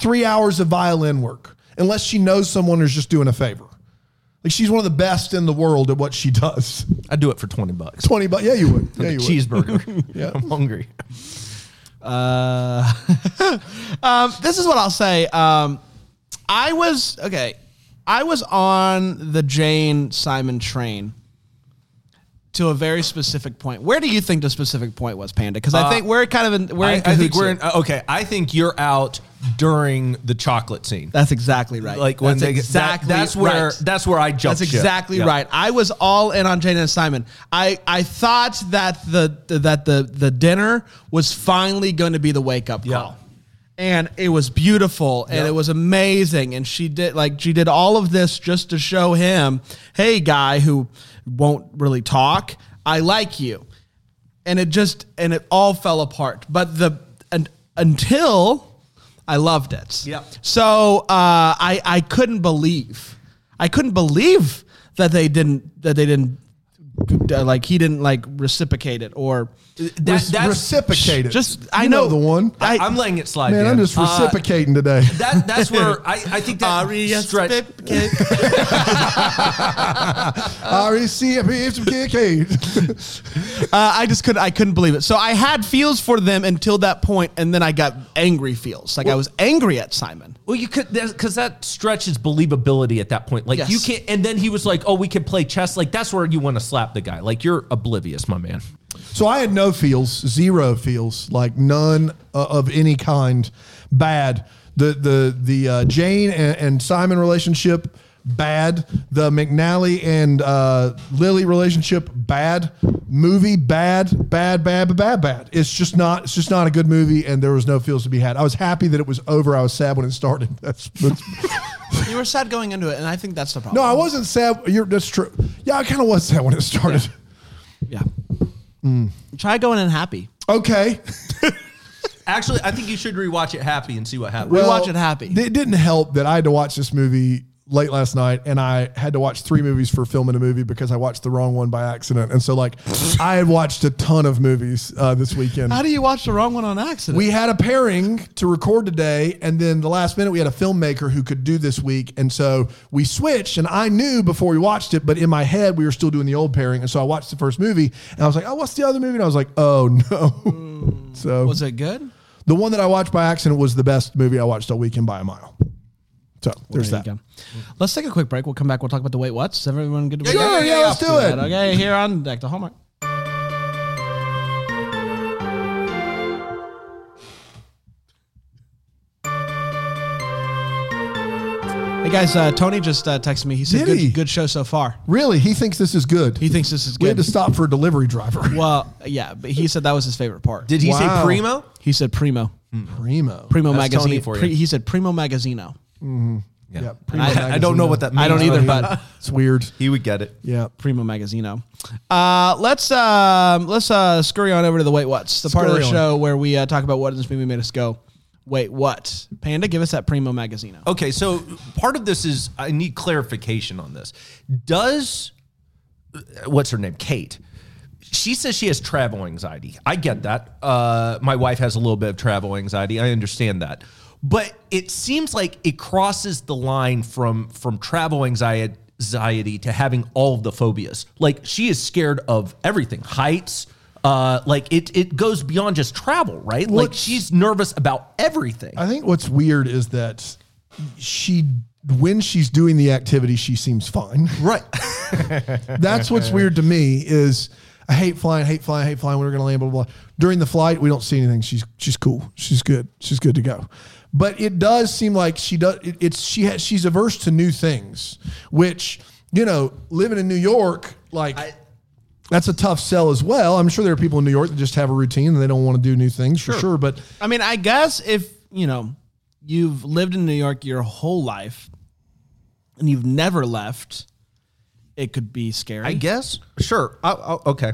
Speaker 3: Three hours of violin work, unless she knows someone who's just doing a favor. Like she's one of the best in the world at what she does.
Speaker 4: I'd do it for twenty bucks.
Speaker 3: Twenty, but yeah, you would. Yeah, you would.
Speaker 4: Cheeseburger.
Speaker 3: Yeah.
Speaker 4: I'm hungry.
Speaker 2: Uh, um, this is what I'll say. Um, I was okay. I was on the Jane Simon train to a very specific point. Where do you think the specific point was, Panda? Because I think we're kind of in. We're
Speaker 4: I,
Speaker 2: in
Speaker 4: Uh, I think
Speaker 2: cahoots
Speaker 4: we're
Speaker 2: here.
Speaker 4: in, uh, okay. I think you're out during the chocolate scene.
Speaker 2: That's exactly right.
Speaker 4: Like when
Speaker 2: that's
Speaker 4: they get- that- that's where
Speaker 2: right.
Speaker 4: that's where I jumped.
Speaker 2: That's exactly right. I was all in on Jane and Simon. I, I thought that the, that the the dinner was finally going to be the wake up
Speaker 4: Yeah.
Speaker 2: call. And it was beautiful and it was amazing and she did like she did all of this just to show him, "Hey guy who won't really talk, I like you." And it just and it all fell apart. But the and, until I loved it.
Speaker 4: Yep.
Speaker 2: So uh, I I couldn't believe I couldn't believe that they didn't that they didn't uh, like he didn't like reciprocate it or
Speaker 4: That, that's
Speaker 3: reciprocate it.
Speaker 2: just
Speaker 3: You
Speaker 2: I know,
Speaker 3: the one.
Speaker 2: I,
Speaker 4: I, am laying it slide.
Speaker 3: Man,
Speaker 4: Dan.
Speaker 3: I'm just
Speaker 4: Uh,
Speaker 3: reciprocating today.
Speaker 4: that that's where I, I think that stretch.
Speaker 2: reciprocate.
Speaker 3: R E C P H K K.
Speaker 2: uh, I just couldn't I couldn't believe it. So I had feels for them until that point, and then I got angry feels. Like I was angry at Simon.
Speaker 4: Well, you could because that stretches believability at that point. Like
Speaker 2: Yes.
Speaker 4: you can't. And then he was like, "Oh, we can play chess." Like that's where you want to slap the guy. Like you're oblivious, my man.
Speaker 3: So I had no feels, zero feels, like none uh, of any kind. Bad. The the the uh, Jane and, and Simon relationship bad. The McNally and uh, Lily relationship bad. Movie bad, bad, bad, bad, bad, bad. It's just not. It's just not a good movie, and there was no feels to be had. I was happy that it was over. I was sad when it started. That's. that's
Speaker 2: You were sad going into it, and I think that's the
Speaker 3: no,
Speaker 2: problem.
Speaker 3: I wasn't sad. You're, that's true. Yeah, I kind of was sad when it started.
Speaker 2: Yeah. Mm. Try going in happy.
Speaker 3: Okay.
Speaker 4: Actually, I think you should rewatch it happy and see what happens.
Speaker 2: Well- watch it happy.
Speaker 3: It didn't help that I had to watch this movie late last night and I had to watch three movies for filming a movie because I watched the wrong one by accident. And so, like, I had watched a ton of movies uh, this weekend.
Speaker 2: How do you watch the wrong one on accident?
Speaker 3: we had a pairing to record today, and then the last minute we had a filmmaker who could do this week, and so we switched. And I knew before we watched it, but in my head we were still doing the old pairing, and so I watched the first movie, and I was like, "Oh, what's the other movie?" And I was like, "Oh no!" so
Speaker 2: Hmm. was it good?
Speaker 3: the one that I watched by accident was the best movie I watched all weekend by a mile. So there's
Speaker 2: There
Speaker 3: that.
Speaker 2: you go. Let's take a quick break. We'll come back. We'll talk about the wait. What's Is everyone good? To
Speaker 3: Sure, yeah, let's do it.
Speaker 2: Okay, here on deck the Hallmark. Hey guys, uh, Tony just uh, texted me. He said,
Speaker 3: Did
Speaker 2: good,
Speaker 3: he?
Speaker 2: good show so far.
Speaker 3: Really, he thinks this is good.
Speaker 2: He thinks this is
Speaker 3: we had
Speaker 2: good.
Speaker 3: to stop for a delivery driver.
Speaker 2: well, yeah, but he said that was his favorite part.
Speaker 4: Did he
Speaker 3: Wow.
Speaker 4: say primo?
Speaker 2: He said Primo.
Speaker 3: Primo.
Speaker 2: Primo
Speaker 4: That's Tony
Speaker 2: Magazine.
Speaker 4: for you.
Speaker 2: Pre- he said Primo Magazino.
Speaker 4: Yeah.
Speaker 3: Primo
Speaker 4: I, I don't know
Speaker 3: Magazino.
Speaker 4: what that means.
Speaker 2: I don't either,
Speaker 3: yeah.
Speaker 2: but
Speaker 3: It's weird.
Speaker 4: he would get it.
Speaker 3: Yeah.
Speaker 2: Primo Magazino. Uh, let's um, let's uh, scurry on over to the Wait What's, the part of the
Speaker 3: Scurry on.
Speaker 2: show where we uh, talk about what in this movie made us go, wait, what? Panda, give us that Primo Magazino.
Speaker 4: Okay, so part of this is I need clarification on this. Does what's her name? Kate. She says she has travel anxiety. I get that. Uh, my wife has a little bit of travel anxiety. I understand that. But it seems like it crosses the line from from travel anxiety anxiety to having all of the phobias. Like she is scared of everything, heights. Uh, like it it goes beyond just travel, right? like
Speaker 3: What's-
Speaker 4: she's nervous about everything.
Speaker 3: I think what's weird is that she, when she's doing the activity, she seems fine.
Speaker 4: right.
Speaker 3: That's what's weird to me is I hate flying, hate flying, hate flying. We're going to land, blah, blah, blah. During the flight, we don't see anything. She's, she's cool. She's good. She's good to go. But it does seem like she does, it, it's, she has, she's averse to new things, which, you know, living in New York, like, that's a tough sell as well. I'm sure there are people in New York that just have a routine and they don't want to do new things for sure. But
Speaker 2: I mean, I guess if, you know, you've lived in New York your whole life and you've never left, it could be scary.
Speaker 4: I guess. Sure. I, I, okay.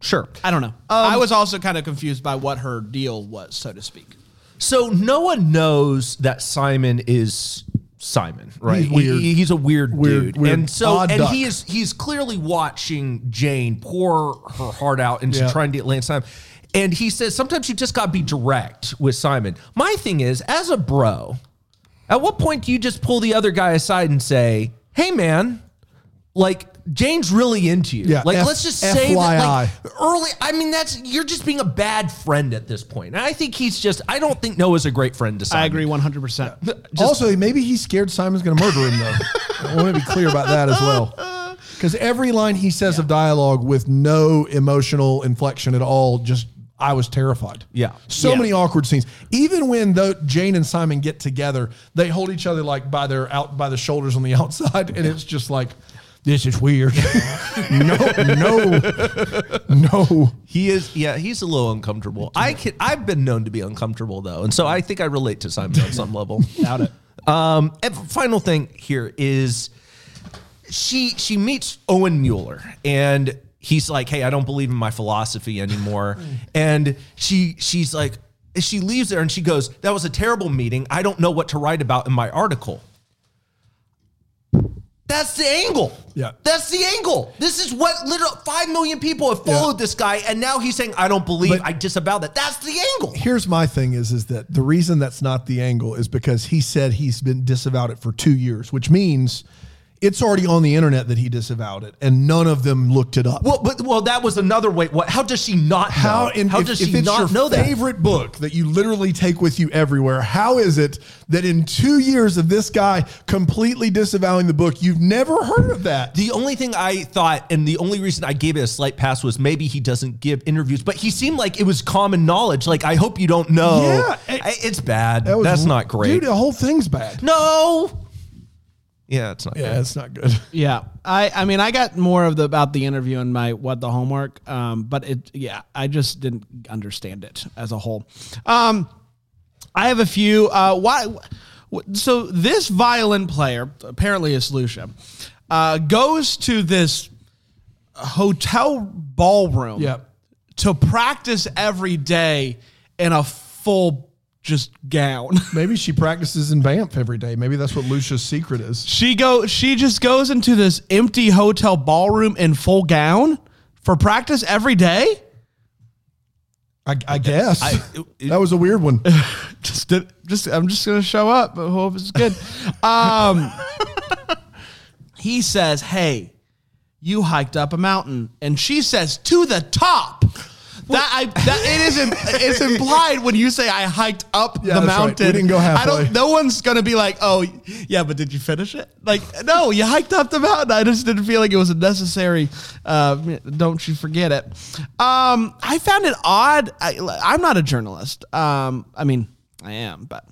Speaker 4: Sure.
Speaker 2: I don't know. I was also kind of confused by what her deal was, so to speak.
Speaker 4: So no one knows that Simon is Simon, right?
Speaker 3: He's weird.
Speaker 4: He- he's a weird,
Speaker 3: Weird-
Speaker 4: dude,
Speaker 3: weird
Speaker 4: and so
Speaker 3: odd
Speaker 4: and
Speaker 3: duck.
Speaker 4: he is he's clearly watching Jane pour her heart out and she's
Speaker 3: Yeah.
Speaker 4: trying to land Simon. And he says sometimes you just gotta be direct with Simon. My thing is, as a bro, at what point do you just pull the other guy aside and say, "Hey, man, like Jane's really into you.
Speaker 3: Yeah,
Speaker 4: Like,
Speaker 3: F-
Speaker 4: let's just say that, like,
Speaker 3: FYI.
Speaker 4: early. I mean, that's you're just being a bad friend at this point. And I think he's just. I don't think Noah's a great friend to Simon.
Speaker 2: I agree 100%.
Speaker 3: also, maybe he's scared Simon's going to murder him, though. I want to be clear about that as well. Because every line he says of dialogue with no emotional inflection at all, just I was terrified.
Speaker 4: Yeah.
Speaker 3: So
Speaker 2: Yeah.
Speaker 3: many awkward scenes. Even when though Jane and Simon get together, they hold each other like by their out by the shoulders on the outside, and it's just like this is weird. no, no, no.
Speaker 4: He is. Yeah, he's a little uncomfortable. I can. I've been known to be uncomfortable though, and so I think I relate to Simon on some level.
Speaker 2: Doubt it.
Speaker 4: Um, and final thing here is she she meets Owen Mueller and he's like, "Hey, I don't believe in my philosophy anymore."
Speaker 2: Hmm.
Speaker 4: and she she's like she leaves there and she goes, "That was a terrible meeting. I don't know what to write about in my article." That's the angle.
Speaker 3: Yeah.
Speaker 4: That's the angle. This is what literal 5 million people have followed this guy and now he's saying, "I don't believe.
Speaker 3: But-
Speaker 4: I disavow that." That's the angle.
Speaker 3: here's my thing is is that the reason that's not the angle is because he said he's been disavowed it for two years, which means it's already on the internet that he disavowed it, and none of them looked it up.
Speaker 4: Well, but well, that was another way. What? How does she not?
Speaker 3: how
Speaker 4: know?
Speaker 3: and
Speaker 4: how
Speaker 3: if,
Speaker 4: does
Speaker 3: if
Speaker 4: she
Speaker 3: it's
Speaker 4: not
Speaker 3: your
Speaker 4: know that?
Speaker 3: favorite book that you literally take with you everywhere? How is it that in two years of this guy completely disavowing the book, you've never heard of that?
Speaker 4: The only thing I thought, and the only reason I gave it a slight pass was maybe he doesn't give interviews, but he seemed like it was common knowledge. Like I hope you don't know.
Speaker 3: Yeah, it-
Speaker 4: I- it's bad.
Speaker 3: That was-
Speaker 4: That's not great.
Speaker 3: Dude, the whole thing's bad.
Speaker 4: no. Yeah, it's not.
Speaker 3: Yeah,
Speaker 4: Good.
Speaker 3: it's not good.
Speaker 2: Yeah, I I mean I got more of the about the interview and my what the homework, um, but it yeah I just didn't understand it as a whole. Um, I have a few. Uh, why? wh- So this violin player apparently is Lucia, uh, goes to this hotel ballroom
Speaker 3: Yep.
Speaker 2: to practice every day in a full just gown.
Speaker 3: Maybe she practices in Banff every day. Maybe that's what Lucia's secret is.
Speaker 2: She go she just goes into this empty hotel ballroom in full gown for practice every day?
Speaker 3: I, I guess
Speaker 4: it- it-
Speaker 3: that was a weird one.
Speaker 2: Just did, just I'm just gonna show up, but hope it's good. Um He says, Hey, you hiked up a mountain. And she says, to the top. That I that it is im- it's implied when you say I hiked up the
Speaker 3: Yeah, that's right. We
Speaker 2: mountain.
Speaker 3: didn't go
Speaker 2: I
Speaker 3: halfway.
Speaker 2: don't no one's gonna be like, oh yeah, but did you finish it? Like, no, you hiked up the mountain. I just didn't feel like it was a necessary. Uh, don't you forget it. Um, I found it odd. I, I'm not a journalist. Um, I mean, I am, but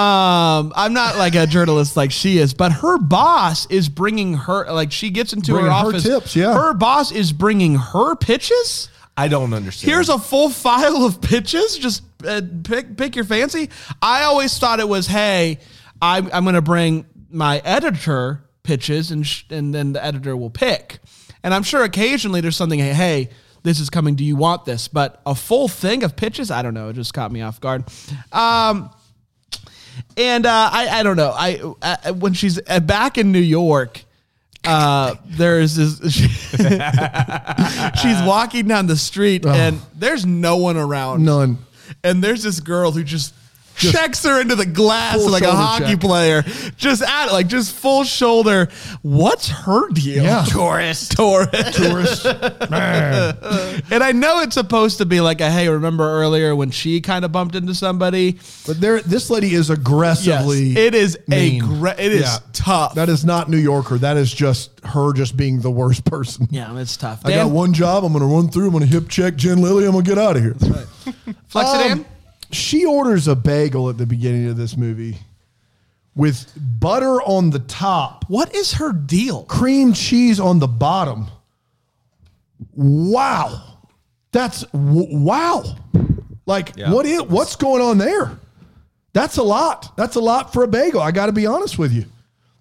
Speaker 2: Um, I'm not like a journalist like she is, but her boss is bringing her like she gets into
Speaker 3: Bringing
Speaker 2: her
Speaker 3: her
Speaker 2: office.
Speaker 3: tips, yeah.
Speaker 2: her boss is bringing her pitches.
Speaker 4: I don't understand.
Speaker 2: Here's a full file of pitches. Just uh, pick pick your fancy. I always thought it was, hey, I'm I'm gonna bring my editor pitches, and sh- and then the editor will pick. And I'm sure occasionally there's something, hey, hey, this is coming. Do you want this? But a full thing of pitches, I don't know. It just caught me off guard. Um, and uh, I, I don't know. I, I when she's uh, back in New York, uh, there's this. she's walking down the street
Speaker 3: Oh.
Speaker 2: and there's no one around.
Speaker 3: None.
Speaker 2: And there's this girl who just. checks her into the glass
Speaker 3: Full
Speaker 2: like a
Speaker 3: shoulder
Speaker 2: hockey
Speaker 3: check.
Speaker 2: player. Just at it, like just full shoulder. What's her deal?
Speaker 3: Yeah.
Speaker 2: Tourist. Tourist.
Speaker 3: Tourist. Man.
Speaker 2: and I know it's supposed to be like a hey, remember earlier when she kind of bumped into somebody?
Speaker 3: But there, this lady is aggressively.
Speaker 2: Yes, it is a
Speaker 3: mean.
Speaker 2: gra- it is tough.
Speaker 3: That is not New Yorker. That is just her just being the worst person.
Speaker 2: Yeah, it's tough.
Speaker 3: I got one job. I'm going to run through. I'm going to hip check Jen Lilly. I'm going to get out of here.
Speaker 2: Flexidan?
Speaker 3: Um, she orders a bagel at the beginning of this movie with butter on the top,
Speaker 2: what is her deal?
Speaker 3: cream cheese on the bottom. Wow. That's w- wow. Like
Speaker 4: Yeah.
Speaker 3: what is what's going on there? That's a lot. That's a lot for a bagel. I got to be honest with you.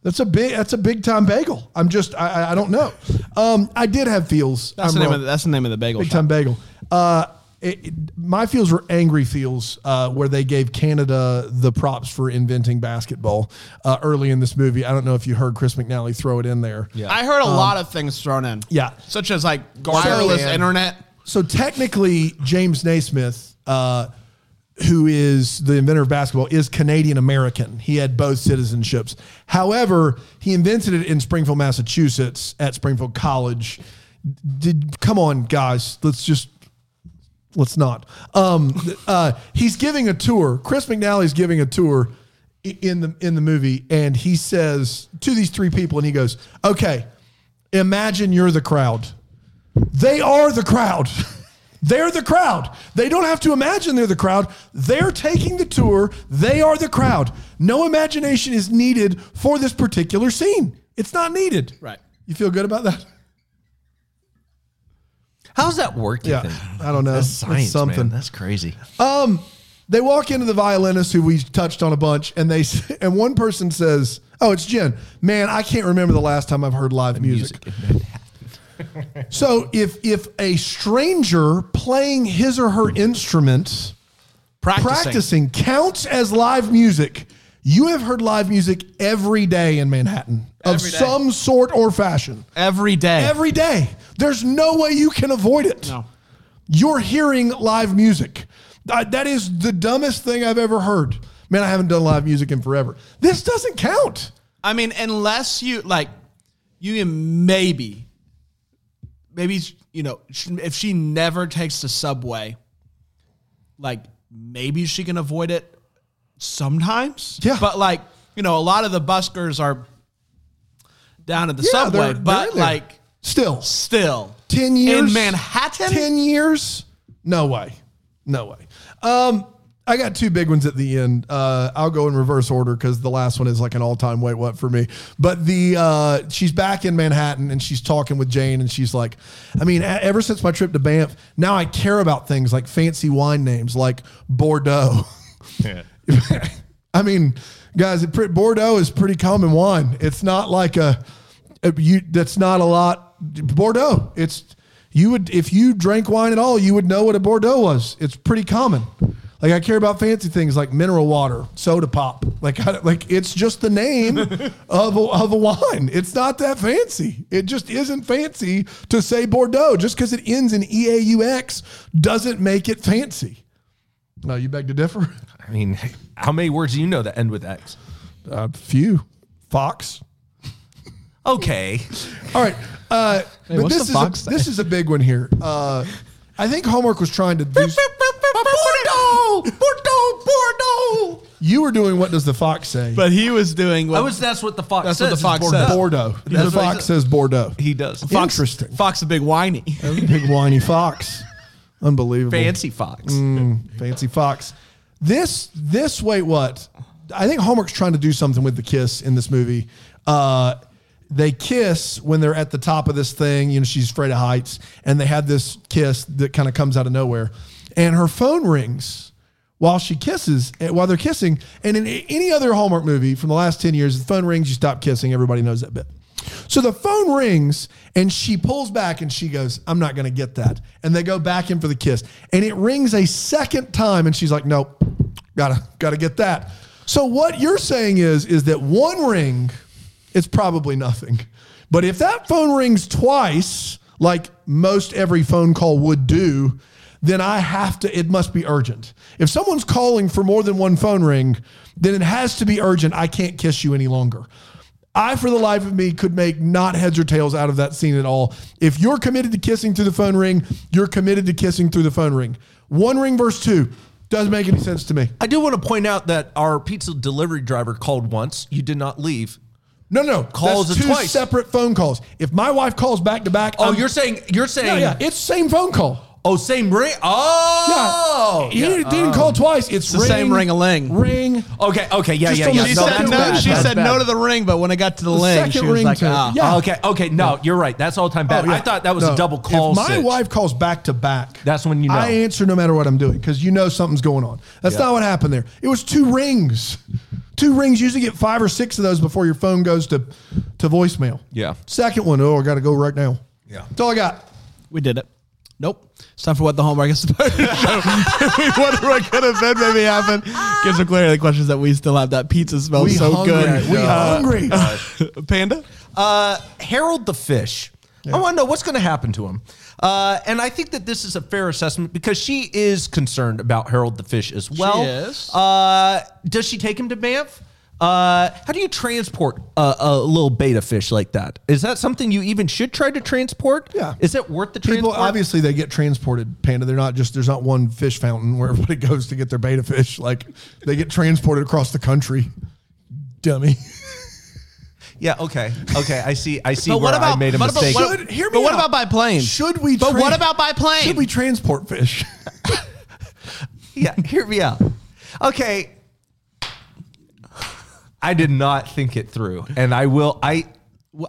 Speaker 3: That's a big that's a big time bagel. I'm just I I, I don't know. Um I did have feels.
Speaker 2: That's
Speaker 3: I'm
Speaker 2: the, name
Speaker 3: wrong.
Speaker 2: of the, that's the name of the bagel
Speaker 3: Big
Speaker 2: shop.
Speaker 3: time bagel. Uh, it, it- my feels were angry feels uh, where they gave Canada the props for inventing basketball uh, early in this movie. I don't know if you heard Chris McNally throw it in there.
Speaker 4: Yeah.
Speaker 2: I heard a lot of things thrown in.
Speaker 3: Um, yeah.
Speaker 2: Such as like wireless
Speaker 3: man.
Speaker 2: internet.
Speaker 3: So technically, James Naismith, uh, who is the inventor of basketball, is Canadian American. He had both citizenships. However, he invented it in Springfield, Massachusetts, at Springfield College. Did come on, guys? Let's just let's not. Um, th- uh, he's giving a tour. Chris McNally's giving a tour i- in the in the movie, and he says to these three people, and he goes, "Okay, imagine you're the crowd. They are the crowd." They're the crowd. They don't have to imagine they're the crowd. They're taking the tour. They are the crowd. No imagination is needed for this particular scene. It's not needed.
Speaker 2: Right.
Speaker 3: You feel good about that?
Speaker 4: How's that work? you
Speaker 3: Yeah.
Speaker 4: think?
Speaker 3: I don't know.
Speaker 4: That's
Speaker 3: That's
Speaker 4: science,
Speaker 3: something.
Speaker 4: man. That's crazy.
Speaker 3: they walk into the violinist who we touched on a bunch and they s- and one person says oh it's jen man i can't remember the last time i've heard live music, so if if a stranger playing his or her instrument
Speaker 2: Practicing.
Speaker 3: practicing counts as live music you have heard live music every day in manhattan of
Speaker 2: Every day.
Speaker 3: some sort or fashion
Speaker 2: Every day.
Speaker 3: every day there's no way you can avoid it
Speaker 2: no.
Speaker 3: you're hearing live music. Uh, that is the dumbest thing I've ever heard. Man, I haven't done live music in forever. This doesn't count.
Speaker 2: I mean, unless you like, you can maybe, maybe you know, sh- if she never takes the subway, like maybe she can avoid it sometimes.
Speaker 3: Yeah.
Speaker 2: But like, you know, a lot of the buskers are down at the
Speaker 3: Yeah,
Speaker 2: subway,
Speaker 3: they're- they're
Speaker 2: but
Speaker 3: in there.
Speaker 2: like,
Speaker 3: still,
Speaker 2: still
Speaker 3: 10 years
Speaker 2: in Manhattan.
Speaker 3: 10 years? No way. No way. Um, I got two big ones at the end. Uh, I'll go in reverse order because the last one is like an all-time wait what for me. But the uh, she's back in Manhattan and she's talking with Jane and she's like, I mean, e- ever since my trip to Banff, now I care about things like fancy wine names like Bordeaux. I mean, guys, it, pre- Bordeaux is pretty common wine. It's not like a, a- you. That's not a lot. Bordeaux. It's you would if you drank wine at all, you would know what a Bordeaux was. It's pretty common. Like I care about fancy things like mineral water, soda pop. Like I, like it's just the name of a, of a wine. It's not that fancy. It just isn't fancy to say Bordeaux just because it ends in e a u x doesn't make it fancy. No, you beg to differ.
Speaker 4: I mean, how many words do you know that end with X?
Speaker 3: A few. Uh, Fox.
Speaker 4: Okay.
Speaker 3: All right. Uh, but
Speaker 2: what's
Speaker 3: this
Speaker 2: the
Speaker 3: is
Speaker 2: fox
Speaker 3: a,
Speaker 2: say?
Speaker 3: this is a big one here. Uh, I think Hallmark was trying to do.
Speaker 4: Bordeaux! Bordeaux! Bordeaux!
Speaker 3: You were doing what does the fox say?
Speaker 2: But he was doing what
Speaker 4: I was. That's what the fox.
Speaker 2: That's what the
Speaker 4: says, is
Speaker 2: fox
Speaker 4: Bordeaux.
Speaker 2: says.
Speaker 3: Bordeaux.
Speaker 4: That's
Speaker 3: The
Speaker 4: what he
Speaker 3: fox
Speaker 4: said.
Speaker 3: says Bordeaux.
Speaker 4: He does.
Speaker 2: Fox,
Speaker 3: Interesting.
Speaker 2: Fox, a big whiny,
Speaker 3: Big whiny fox. Unbelievable.
Speaker 2: Mm.
Speaker 4: Fancy fox.
Speaker 3: Fancy fox. This this wait what I think Hallmark's trying to do something with the kiss in this movie. Uh, they kiss when they're at the top of this thing. You know, she's afraid of heights, and they had this kiss that kind of comes out of nowhere, and her phone rings while she kisses, eh, while they're kissing. And in a- any other Hallmark movie from the last ten years, the phone rings, you stop kissing. Everybody knows that bit. So the phone rings and she pulls back and she goes, I'm not going to get that. And they go back in for the kiss. And it rings a second time and she's like, Nope, gotta gotta get that. So what you're saying is is that one ring, it's probably nothing. But if that phone rings twice, like most every phone call would do, then I have to it must be urgent. If someone's calling for more than one phone ring, then it has to be urgent. I can't kiss you any longer. I, for the life of me, could make not heads or tails out of that scene at all. If you're committed to kissing through the phone ring, you're committed to kissing through the phone ring. One ring versus two doesn't make any sense to me.
Speaker 4: I do want to point out that our pizza delivery driver called once. You did not leave.
Speaker 3: No, no, no.
Speaker 4: Calls
Speaker 3: That's
Speaker 4: it
Speaker 3: two
Speaker 4: twice.
Speaker 3: separate phone calls. If my wife calls back to back,
Speaker 4: Oh,
Speaker 3: I'm-
Speaker 4: you're saying you're saying
Speaker 3: Um, yeah, yeah, it's same phone call.
Speaker 4: oh same ring.
Speaker 3: Yeah,
Speaker 4: Oh,
Speaker 3: he didn't call twice. It's,
Speaker 2: the same ring-a-ling.
Speaker 3: Ring.
Speaker 4: Okay, okay, yeah,
Speaker 3: Just
Speaker 4: yeah,
Speaker 3: on
Speaker 4: yeah.
Speaker 3: the
Speaker 2: She
Speaker 3: No,
Speaker 2: said
Speaker 3: that's
Speaker 2: no.
Speaker 3: bad.
Speaker 2: She
Speaker 4: that's
Speaker 2: said
Speaker 4: bad.
Speaker 2: no to the ring, but when it got to the, ling, she
Speaker 3: second
Speaker 2: was
Speaker 3: ring
Speaker 2: like,
Speaker 3: to-
Speaker 2: ah.
Speaker 3: Yeah.
Speaker 4: oh, Okay, okay, no, you're right. That's all time bad.
Speaker 3: Oh, yeah.
Speaker 4: I thought that was
Speaker 3: No.
Speaker 4: a double call.
Speaker 3: If my
Speaker 4: sit.
Speaker 3: wife calls back to back,
Speaker 4: That's when you know.
Speaker 3: I answer no matter what I'm doing because you know something's going on. That's not what happened there. It was two rings. Two rings. You Usually get five or six of those before your phone goes to to voicemail.
Speaker 4: Yeah.
Speaker 3: Second one, oh, I got to go right now.
Speaker 4: Yeah.
Speaker 3: That's all I got.
Speaker 2: We did it. Nope. It's time for what the homework is supposed to show. we wonder what could have been, maybe happened. Gives some clarity to the questions that we still have. That pizza smells
Speaker 3: We
Speaker 2: so
Speaker 3: hungry.
Speaker 2: good.
Speaker 3: We
Speaker 2: Uh,
Speaker 3: hungry.
Speaker 2: Panda?
Speaker 4: uh, Harold the Fish. I want to know what's going to happen to him. Uh, and I think that this is a fair assessment because she is concerned about Harold the Fish as well.
Speaker 2: is.
Speaker 4: Uh, does she take him to Banff? Uh, how do you transport a, a little beta fish like that? Is that something you even should try to transport?
Speaker 3: Yeah.
Speaker 4: Is it worth the
Speaker 3: People
Speaker 4: transport?
Speaker 3: obviously they get transported, Panda. They're not just there's not one fish fountain where everybody goes to get their beta fish. Like they get transported across the country. Dummy.
Speaker 4: Yeah. Okay. Okay. I see. I see.
Speaker 2: But
Speaker 4: where
Speaker 2: what about-
Speaker 4: I made a
Speaker 2: what about-
Speaker 4: mistake.
Speaker 2: what-
Speaker 3: Should- hear me
Speaker 2: but what
Speaker 3: out.
Speaker 2: about by plane?
Speaker 3: Should we
Speaker 2: But
Speaker 3: tran-
Speaker 2: what about by plane?
Speaker 3: Should we transport fish?
Speaker 4: yeah. Hear me out. Okay. I did not think it through, and I will. I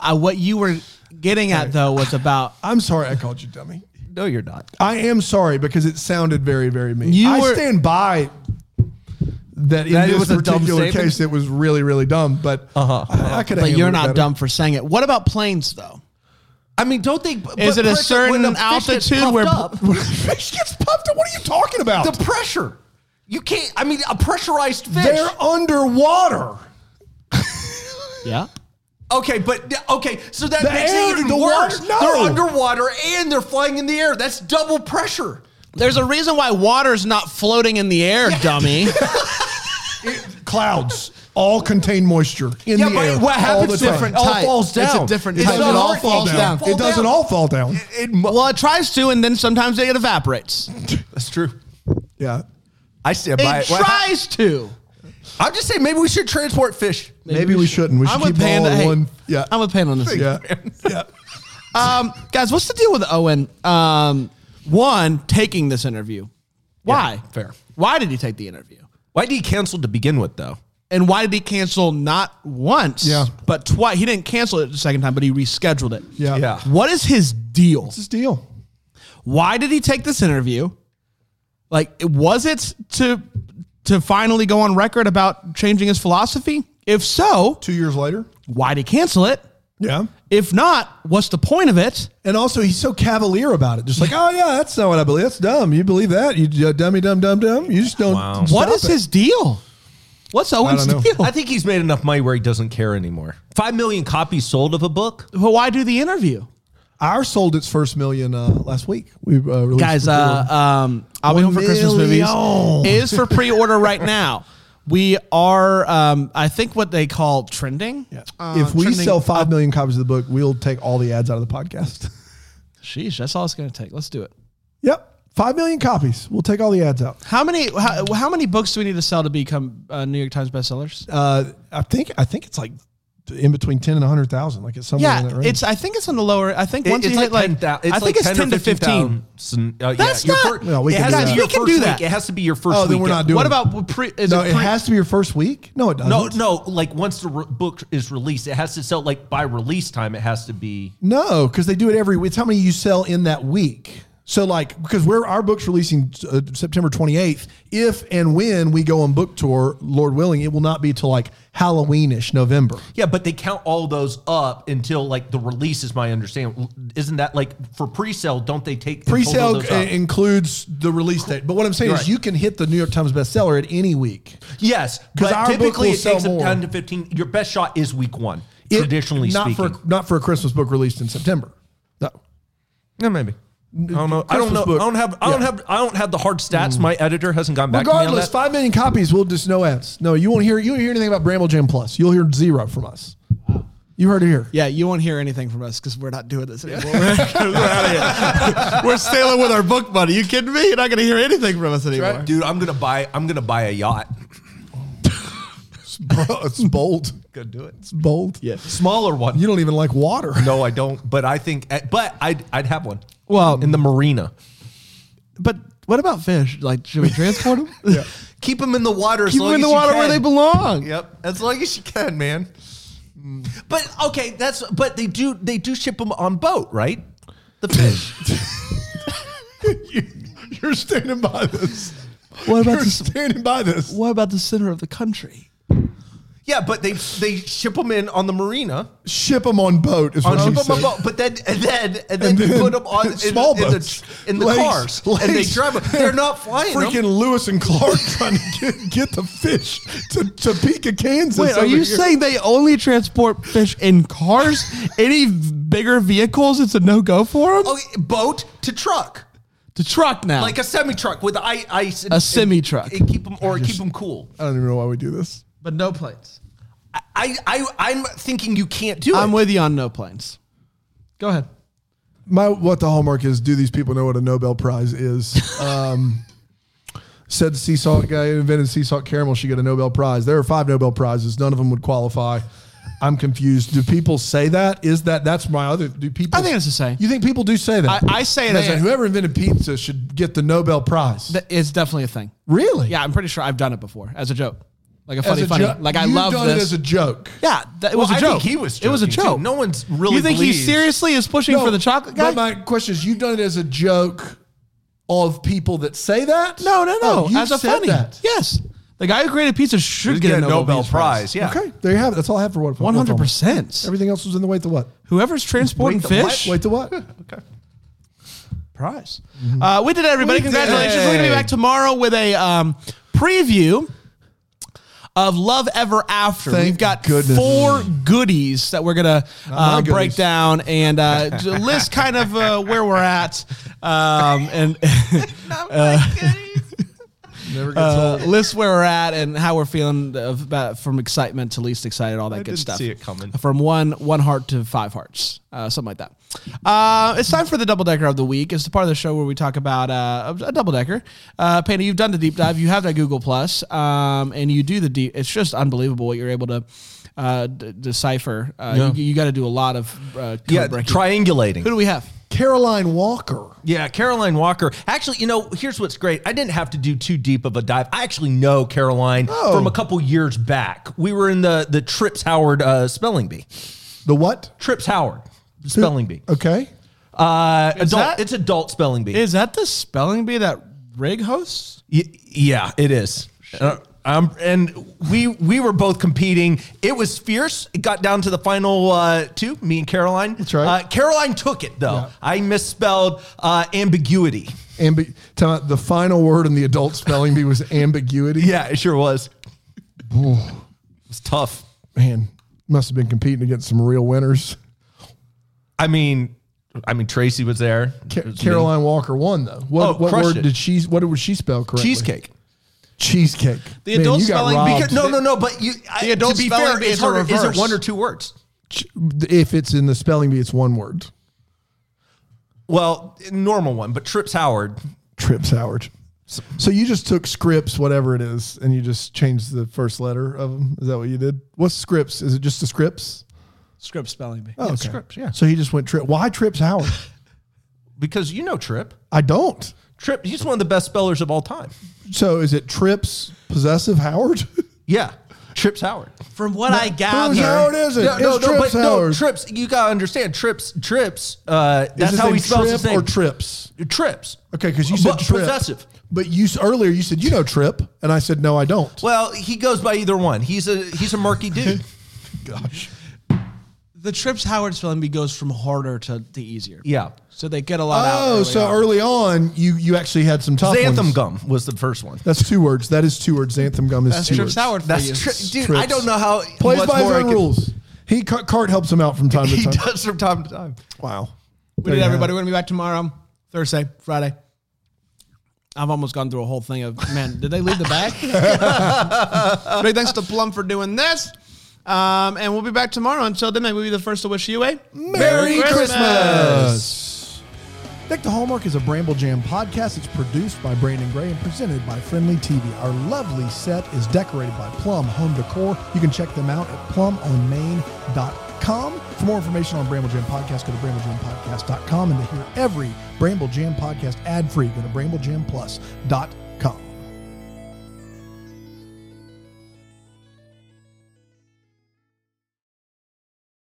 Speaker 2: Uh, what you were getting at, though, was about
Speaker 3: I'm sorry I called you dummy.
Speaker 4: no, you're not.
Speaker 3: I am sorry because it sounded very, very mean.
Speaker 2: You
Speaker 3: I
Speaker 2: were-
Speaker 3: stand by that in
Speaker 2: That it
Speaker 3: this
Speaker 2: was a dumb
Speaker 3: particular
Speaker 2: statement?
Speaker 3: case it was really, really dumb. But uh-huh. I, I could.
Speaker 2: but you're not dumb for saying it. What about planes, though?
Speaker 4: I mean, don't they?
Speaker 2: Is it a certain altitude where-
Speaker 3: fish gets puffed up. What are you talking about?
Speaker 4: the pressure? You can't. I mean, a pressurized fish.
Speaker 3: They're underwater.
Speaker 2: Yeah.
Speaker 4: okay, but okay. So that
Speaker 3: The
Speaker 4: makes
Speaker 3: air-
Speaker 4: it even
Speaker 3: the
Speaker 4: worse.
Speaker 3: water- no.
Speaker 4: They're underwater and they're flying in the air. That's double pressure.
Speaker 2: There's a reason why water's not floating in the air, dummy.
Speaker 3: Clouds all contain moisture in
Speaker 4: Yeah,
Speaker 3: the
Speaker 4: but
Speaker 3: air.
Speaker 4: what
Speaker 3: all
Speaker 4: happens
Speaker 3: the time.
Speaker 4: different- It all
Speaker 2: Type.
Speaker 4: falls
Speaker 2: It's a
Speaker 4: down.
Speaker 2: different
Speaker 4: It's
Speaker 2: type.
Speaker 4: not
Speaker 2: It all
Speaker 4: hard to
Speaker 2: falls
Speaker 4: fall
Speaker 2: down.
Speaker 4: down.
Speaker 3: It doesn't all fall down.
Speaker 4: It mu-
Speaker 2: Well, it tries to, and then sometimes it evaporates.
Speaker 4: that's true.
Speaker 3: Yeah.
Speaker 4: I stand by
Speaker 2: It
Speaker 4: it. What hap-
Speaker 2: tries to.
Speaker 4: I'm just saying, maybe we should transport fish.
Speaker 3: Maybe we shouldn't. We should
Speaker 2: I'm
Speaker 3: keep
Speaker 2: with
Speaker 3: them all
Speaker 2: Panda.
Speaker 3: in
Speaker 2: Hey,
Speaker 3: one. Yeah.
Speaker 2: I'm with Panda on this.
Speaker 3: yeah. yeah.
Speaker 2: Um, guys, what's the deal with Owen? Um, one taking this interview. Why?
Speaker 4: Yeah, fair.
Speaker 2: Why did he take the interview?
Speaker 4: Why did he cancel to begin with, though?
Speaker 2: And why did he cancel not once,
Speaker 3: Yeah.
Speaker 2: but twice? He didn't cancel it the second time, but he rescheduled it.
Speaker 3: Yeah.
Speaker 4: Yeah.
Speaker 2: What is his deal?
Speaker 3: What's his deal?
Speaker 2: Why did he take this interview? Like, was it to to finally go on record about changing his philosophy? If so,
Speaker 3: Two years later.
Speaker 2: why did he cancel it?
Speaker 3: Yeah.
Speaker 2: If not, what's the point of it?
Speaker 3: And also, he's so cavalier about it. Just like, oh yeah, that's not what I believe. That's dumb. You believe that? You uh, dummy, dumb, dumb, dumb. You just don't.
Speaker 2: What
Speaker 3: stop
Speaker 2: is
Speaker 3: it.
Speaker 2: his deal? What's Owen's
Speaker 3: know.
Speaker 2: deal?
Speaker 4: I think he's made enough money where he doesn't care anymore. Five million copies sold of a book.
Speaker 2: But why do the interview,
Speaker 3: Our sold its first million uh, last week. We uh, released
Speaker 2: guys?
Speaker 3: the-
Speaker 2: Uh, um, I'll be home for Christmas movies
Speaker 3: million.
Speaker 2: is for pre-order right now. We are, um, I think, what they call trending.
Speaker 3: Yeah.
Speaker 2: Uh,
Speaker 3: if we
Speaker 2: trending-
Speaker 3: sell five million copies of the book, we'll take all the ads out of the podcast.
Speaker 2: sheesh, that's all it's going to take. Let's do it.
Speaker 3: yep, five million copies. We'll take all the ads out.
Speaker 2: How many? How, how many books do we need to sell to become uh, New York Times bestsellers?
Speaker 3: Uh, I think I think it's like in between ten and hundred thousand. Like it's somewhere in that
Speaker 2: Yeah,
Speaker 3: range.
Speaker 2: it's. I think it's on the lower. I think
Speaker 4: It-
Speaker 2: once
Speaker 4: it's
Speaker 2: you
Speaker 4: like
Speaker 2: hit like,
Speaker 4: 10,000 it's
Speaker 2: I think
Speaker 4: like
Speaker 2: it's ten to fifteen.
Speaker 4: 15. Uh, yeah,
Speaker 2: That's
Speaker 4: your
Speaker 2: not-
Speaker 4: fir-
Speaker 3: No, we
Speaker 4: it
Speaker 3: can
Speaker 4: has
Speaker 3: do that.
Speaker 4: to be your
Speaker 2: We can
Speaker 4: first
Speaker 2: do that.
Speaker 4: Week. It has to be your first.
Speaker 3: Oh, then we're
Speaker 4: weekend.
Speaker 3: not doing
Speaker 2: What
Speaker 3: it.
Speaker 2: about pre? Is
Speaker 3: no,
Speaker 2: it,
Speaker 3: it
Speaker 2: pre-
Speaker 3: has to be your first week. No, it doesn't.
Speaker 4: No, no. Like once the re- book is released, it has to sell. Like by release time, it has to be.
Speaker 3: No, because they do it every week. It's how many you sell in that week. So, like, because we're our book's releasing uh, September 28th. If and when we go on book tour, Lord willing, it will not be till like Halloweenish November.
Speaker 4: Yeah, but they count all those up until like the release is my understanding. Isn't that like for pre-sale? Don't they take and total
Speaker 3: Pre-sale
Speaker 4: those
Speaker 3: uh,
Speaker 4: up?
Speaker 3: includes the release date. But what I'm saying
Speaker 4: Right.
Speaker 3: is, you can hit the New York Times bestseller at any week.
Speaker 4: Yes,
Speaker 3: 'Cause
Speaker 4: but
Speaker 3: our book
Speaker 4: typically
Speaker 3: will
Speaker 4: it takes
Speaker 3: sell
Speaker 4: up
Speaker 3: more.
Speaker 4: ten to fifteen. Your best shot is week one.
Speaker 3: It-
Speaker 4: traditionally
Speaker 3: not
Speaker 4: speaking,
Speaker 3: for not for a Christmas book released in September. No.
Speaker 4: yeah, maybe. I don't know. I
Speaker 3: Christmas
Speaker 4: don't know.
Speaker 3: book.
Speaker 4: I don't have. I don't have. I don't have the hard stats. My editor hasn't gone back. to me on
Speaker 3: Regardless,
Speaker 4: that.
Speaker 3: five million copies. We'll just no ads. No, you won't hear. You won't hear anything about Bramble Jam Plus. You'll hear zero from us. You heard it here.
Speaker 2: yeah, you won't hear anything from us because we're not doing this anymore. we're outta here. We're sailing with our book money. You kidding me? You're not going to hear anything from us anymore.
Speaker 4: dude. I'm gonna buy. I'm gonna buy a yacht.
Speaker 3: Bro, it's bold.
Speaker 4: Gonna do it.
Speaker 3: It's bold.
Speaker 2: Yeah.
Speaker 4: Smaller one.
Speaker 3: You don't even like water.
Speaker 4: no, I don't. But I think. eh, But I'd. I'd have one.
Speaker 2: Well-
Speaker 4: in the marina.
Speaker 2: But what about fish? Like, should we transport them? yeah.
Speaker 4: Keep them in the water. as
Speaker 2: Keep
Speaker 4: long
Speaker 2: them in
Speaker 4: as
Speaker 2: the
Speaker 4: you
Speaker 2: water where
Speaker 4: can.
Speaker 2: they belong.
Speaker 4: Yep, as long as you can, man. But okay, that's but they do they do ship them on boat, right? The fish.
Speaker 3: You're standing by this.
Speaker 2: What about the,
Speaker 3: standing by this.
Speaker 2: what about the center of the country?
Speaker 4: yeah, but they they ship them in on the marina.
Speaker 3: Ship them on boat is
Speaker 4: On
Speaker 3: what
Speaker 4: ship
Speaker 3: she
Speaker 4: 'em on
Speaker 3: said.
Speaker 4: boat, but then and then and then,
Speaker 3: And
Speaker 4: you
Speaker 3: then
Speaker 4: put them on in,
Speaker 3: small
Speaker 4: in
Speaker 3: boats.
Speaker 4: the, in the
Speaker 3: Lakes-
Speaker 4: cars and they
Speaker 3: lakes.
Speaker 4: drive them. They're not flying. 'em.
Speaker 3: Freaking Lewis and Clark trying to get, get the fish to Topeka, Kansas.
Speaker 2: Wait, are
Speaker 3: over
Speaker 2: you
Speaker 3: here.
Speaker 2: saying they only transport fish in cars? Any v- bigger vehicles, it's a no go for them?
Speaker 4: Okay, Oh, boat to truck,
Speaker 2: The truck now.
Speaker 4: like a semi truck with i- ice. and-
Speaker 2: A semi-truck.
Speaker 4: and, and keep them or keep them cool.
Speaker 3: I don't even know why we do this.
Speaker 2: but no planes.
Speaker 4: I I I'm thinking you can't do it.
Speaker 2: I'm with you on no planes. Go ahead.
Speaker 3: my what the hallmark is do these people know what a nobel prize is um said the sea salt guy who invented sea salt caramel should get a nobel prize there are five nobel prizes none of them would qualify i'm confused do people say that is that that's my other do people
Speaker 2: I think it's the same.
Speaker 3: you think people do say that
Speaker 2: I- I say it as
Speaker 3: Man,
Speaker 2: a-
Speaker 3: whoever invented pizza should get the nobel prize
Speaker 2: Th- It's definitely a thing.
Speaker 3: really
Speaker 2: Yeah, I'm pretty sure I've done it before as a joke, like a
Speaker 3: As
Speaker 2: funny,
Speaker 3: a
Speaker 2: funny.
Speaker 3: jo-
Speaker 2: like I
Speaker 3: You've
Speaker 2: love
Speaker 3: done
Speaker 2: this.
Speaker 3: it as a joke
Speaker 2: yeah, that, it was
Speaker 4: Well,
Speaker 2: a
Speaker 4: I
Speaker 2: joke.
Speaker 4: think he was
Speaker 2: It was a
Speaker 4: joking,
Speaker 2: joke.
Speaker 4: too. No one's really
Speaker 2: You think he
Speaker 4: believes-
Speaker 2: seriously is pushing
Speaker 3: No,
Speaker 2: for the chocolate guy?
Speaker 3: But my question is, you've done it as a joke of people that say that?
Speaker 2: no, no, no.
Speaker 3: Oh, you've
Speaker 2: as a
Speaker 3: said
Speaker 2: funny.
Speaker 3: That.
Speaker 2: Yes, the guy who created pizza should get, a Nobel, Peace Prize.
Speaker 4: Yeah.
Speaker 3: Okay, there you have it. That's all I have for what.
Speaker 2: One hundred percent.
Speaker 3: Everything else was in the wait to what?
Speaker 2: Whoever's transporting
Speaker 4: Wait, the what?
Speaker 2: fish,
Speaker 3: Wait to what?
Speaker 2: prize. Uh, we did it, everybody.
Speaker 3: Mm-hmm. We did
Speaker 2: Congratulations.
Speaker 3: it.
Speaker 2: We're going to be back tomorrow with a um, preview of Love Ever After.
Speaker 3: Thank
Speaker 2: We've got
Speaker 3: goodness.
Speaker 2: four goodies that we're going to uh,
Speaker 3: goodies.
Speaker 2: break down and uh, j- list kind of uh, where we're at um, and
Speaker 3: Never gets
Speaker 2: uh, list where we're at and how we're feeling of- about from excitement to least excited, all that good
Speaker 4: didn't
Speaker 2: stuff.
Speaker 4: see it coming.
Speaker 2: From one one heart to five hearts, uh, something like that. Uh, it's time for the double decker of the week. It's the part of the show where we talk about uh, a double decker. Uh, Panda, you've done the deep dive. You have that Google Plus, um, and you do the deep. It's just unbelievable what you're able to uh, d- decipher. Uh, You, got to do a lot of uh, code
Speaker 4: Yeah,
Speaker 2: breaking.
Speaker 4: triangulating.
Speaker 2: Who do we have?
Speaker 3: Caroline Walker.
Speaker 4: Yeah, Caroline Walker. Actually, you know, here's what's great. I didn't have to do too deep of a dive. I actually know Caroline
Speaker 3: Oh.
Speaker 4: from a couple years back. We were in the the Trips Howard uh, spelling bee.
Speaker 3: The what?
Speaker 4: Trips Howard spelling bee.
Speaker 3: Okay.
Speaker 4: Uh, adult.
Speaker 2: that-
Speaker 4: It's adult spelling bee.
Speaker 2: Is that the spelling bee that Rig hosts?
Speaker 4: Y- yeah, it is. Uh, um, and we we were both competing. It was fierce. It got down to the final uh, two. Me and Caroline. That's
Speaker 3: right.
Speaker 4: Uh, Caroline took it though. I misspelled uh, ambiguity.
Speaker 3: Ambi- tell me, the final word in the adult spelling bee was ambiguity.
Speaker 4: Yeah, it sure was. it's tough.
Speaker 3: Man, must have been competing against some real winners.
Speaker 4: I mean, I mean Tracy was there.
Speaker 3: Ca-
Speaker 4: It was me.
Speaker 3: Caroline Walker won though. What,
Speaker 4: Oh,
Speaker 3: what
Speaker 4: crushed
Speaker 3: word
Speaker 4: it.
Speaker 3: did she? What did she spell correctly?
Speaker 4: cheesecake.
Speaker 3: Cheesecake.
Speaker 2: The adult
Speaker 3: you got
Speaker 2: spelling
Speaker 3: robbed.
Speaker 4: Because, no, no, no. But you, I,
Speaker 2: The adult
Speaker 4: to be
Speaker 2: spelling
Speaker 4: fair,
Speaker 2: bee
Speaker 4: it's
Speaker 2: is a
Speaker 4: harder. Is it
Speaker 2: reverse.
Speaker 4: one or two words?
Speaker 3: Ch- if it's in the spelling bee, it's one word.
Speaker 4: Well, normal one, but Trips Howard.
Speaker 3: Trips Howard. So you just took scripts, whatever it is, and you just changed the first letter of them. Is that what you did? What's scripts? Is it just the scripts?
Speaker 2: Script spelling bee.
Speaker 3: Oh, okay.
Speaker 4: Scripps, yeah.
Speaker 3: So he just went trip. Why trips Howard?
Speaker 4: because you know Trip.
Speaker 3: I don't.
Speaker 4: Trip, he's one of the best spellers of all time.
Speaker 3: So is it trips possessive Howard?
Speaker 4: Yeah, Trips Howard.
Speaker 1: From what I
Speaker 3: Who's
Speaker 1: gather,
Speaker 3: Howard is it?
Speaker 4: Yeah, no,
Speaker 3: It's
Speaker 4: no,
Speaker 3: trips
Speaker 4: but no,
Speaker 3: Howard.
Speaker 4: Trips. You gotta understand, Trips, Trips. Uh,
Speaker 3: Is
Speaker 4: that's
Speaker 3: his
Speaker 4: how
Speaker 3: name
Speaker 4: he spells
Speaker 3: trip
Speaker 4: his name.
Speaker 3: or trips.
Speaker 4: Trips.
Speaker 3: Okay, because you said
Speaker 4: But
Speaker 3: trip.
Speaker 4: possessive.
Speaker 3: But you s- earlier you said you know trip, and I said no, I don't.
Speaker 4: Well, he goes by either one. He's a he's a murky dude.
Speaker 3: Gosh,
Speaker 2: The Trips Howard spelling bee goes from harder to, to easier.
Speaker 4: yeah,
Speaker 2: So they get a lot out.
Speaker 3: Oh, so
Speaker 2: on.
Speaker 3: early on you you actually had some tough
Speaker 4: xanthan
Speaker 3: ones.
Speaker 4: gum was the first one.
Speaker 3: That's two words. That is two words. Xanthan gum is
Speaker 2: That's
Speaker 3: two
Speaker 2: Trips
Speaker 3: words.
Speaker 2: Howard for you.
Speaker 4: That's tri- dude. I
Speaker 3: Trips.
Speaker 4: don't know how
Speaker 3: Plays
Speaker 4: much
Speaker 3: by his
Speaker 4: more I
Speaker 3: own
Speaker 4: can-
Speaker 3: rules. He Car- Cart helps him out from time to
Speaker 4: He
Speaker 3: time.
Speaker 4: does from time to time.
Speaker 3: Wow.
Speaker 2: We did everybody. We're gonna be back tomorrow, Thursday, Friday. I've almost gone through a whole thing of man. Did they leave the bag? Big thanks to Plum for doing this, um, and we'll be back tomorrow. Until then, maybe we'll be the first to wish you a
Speaker 3: Merry Christmas. Deck the Hallmark is a Bramble Jam podcast. It's produced by Brandon Gray and presented by Friendly TV. Our lovely set is decorated by Plum Home Decor. You can check them out at plumonmain.com. For more information on Bramble Jam Podcast, go to bramblejamepodcast.com. And to hear every Bramble Jam podcast ad free, go to bramblejamplus.com.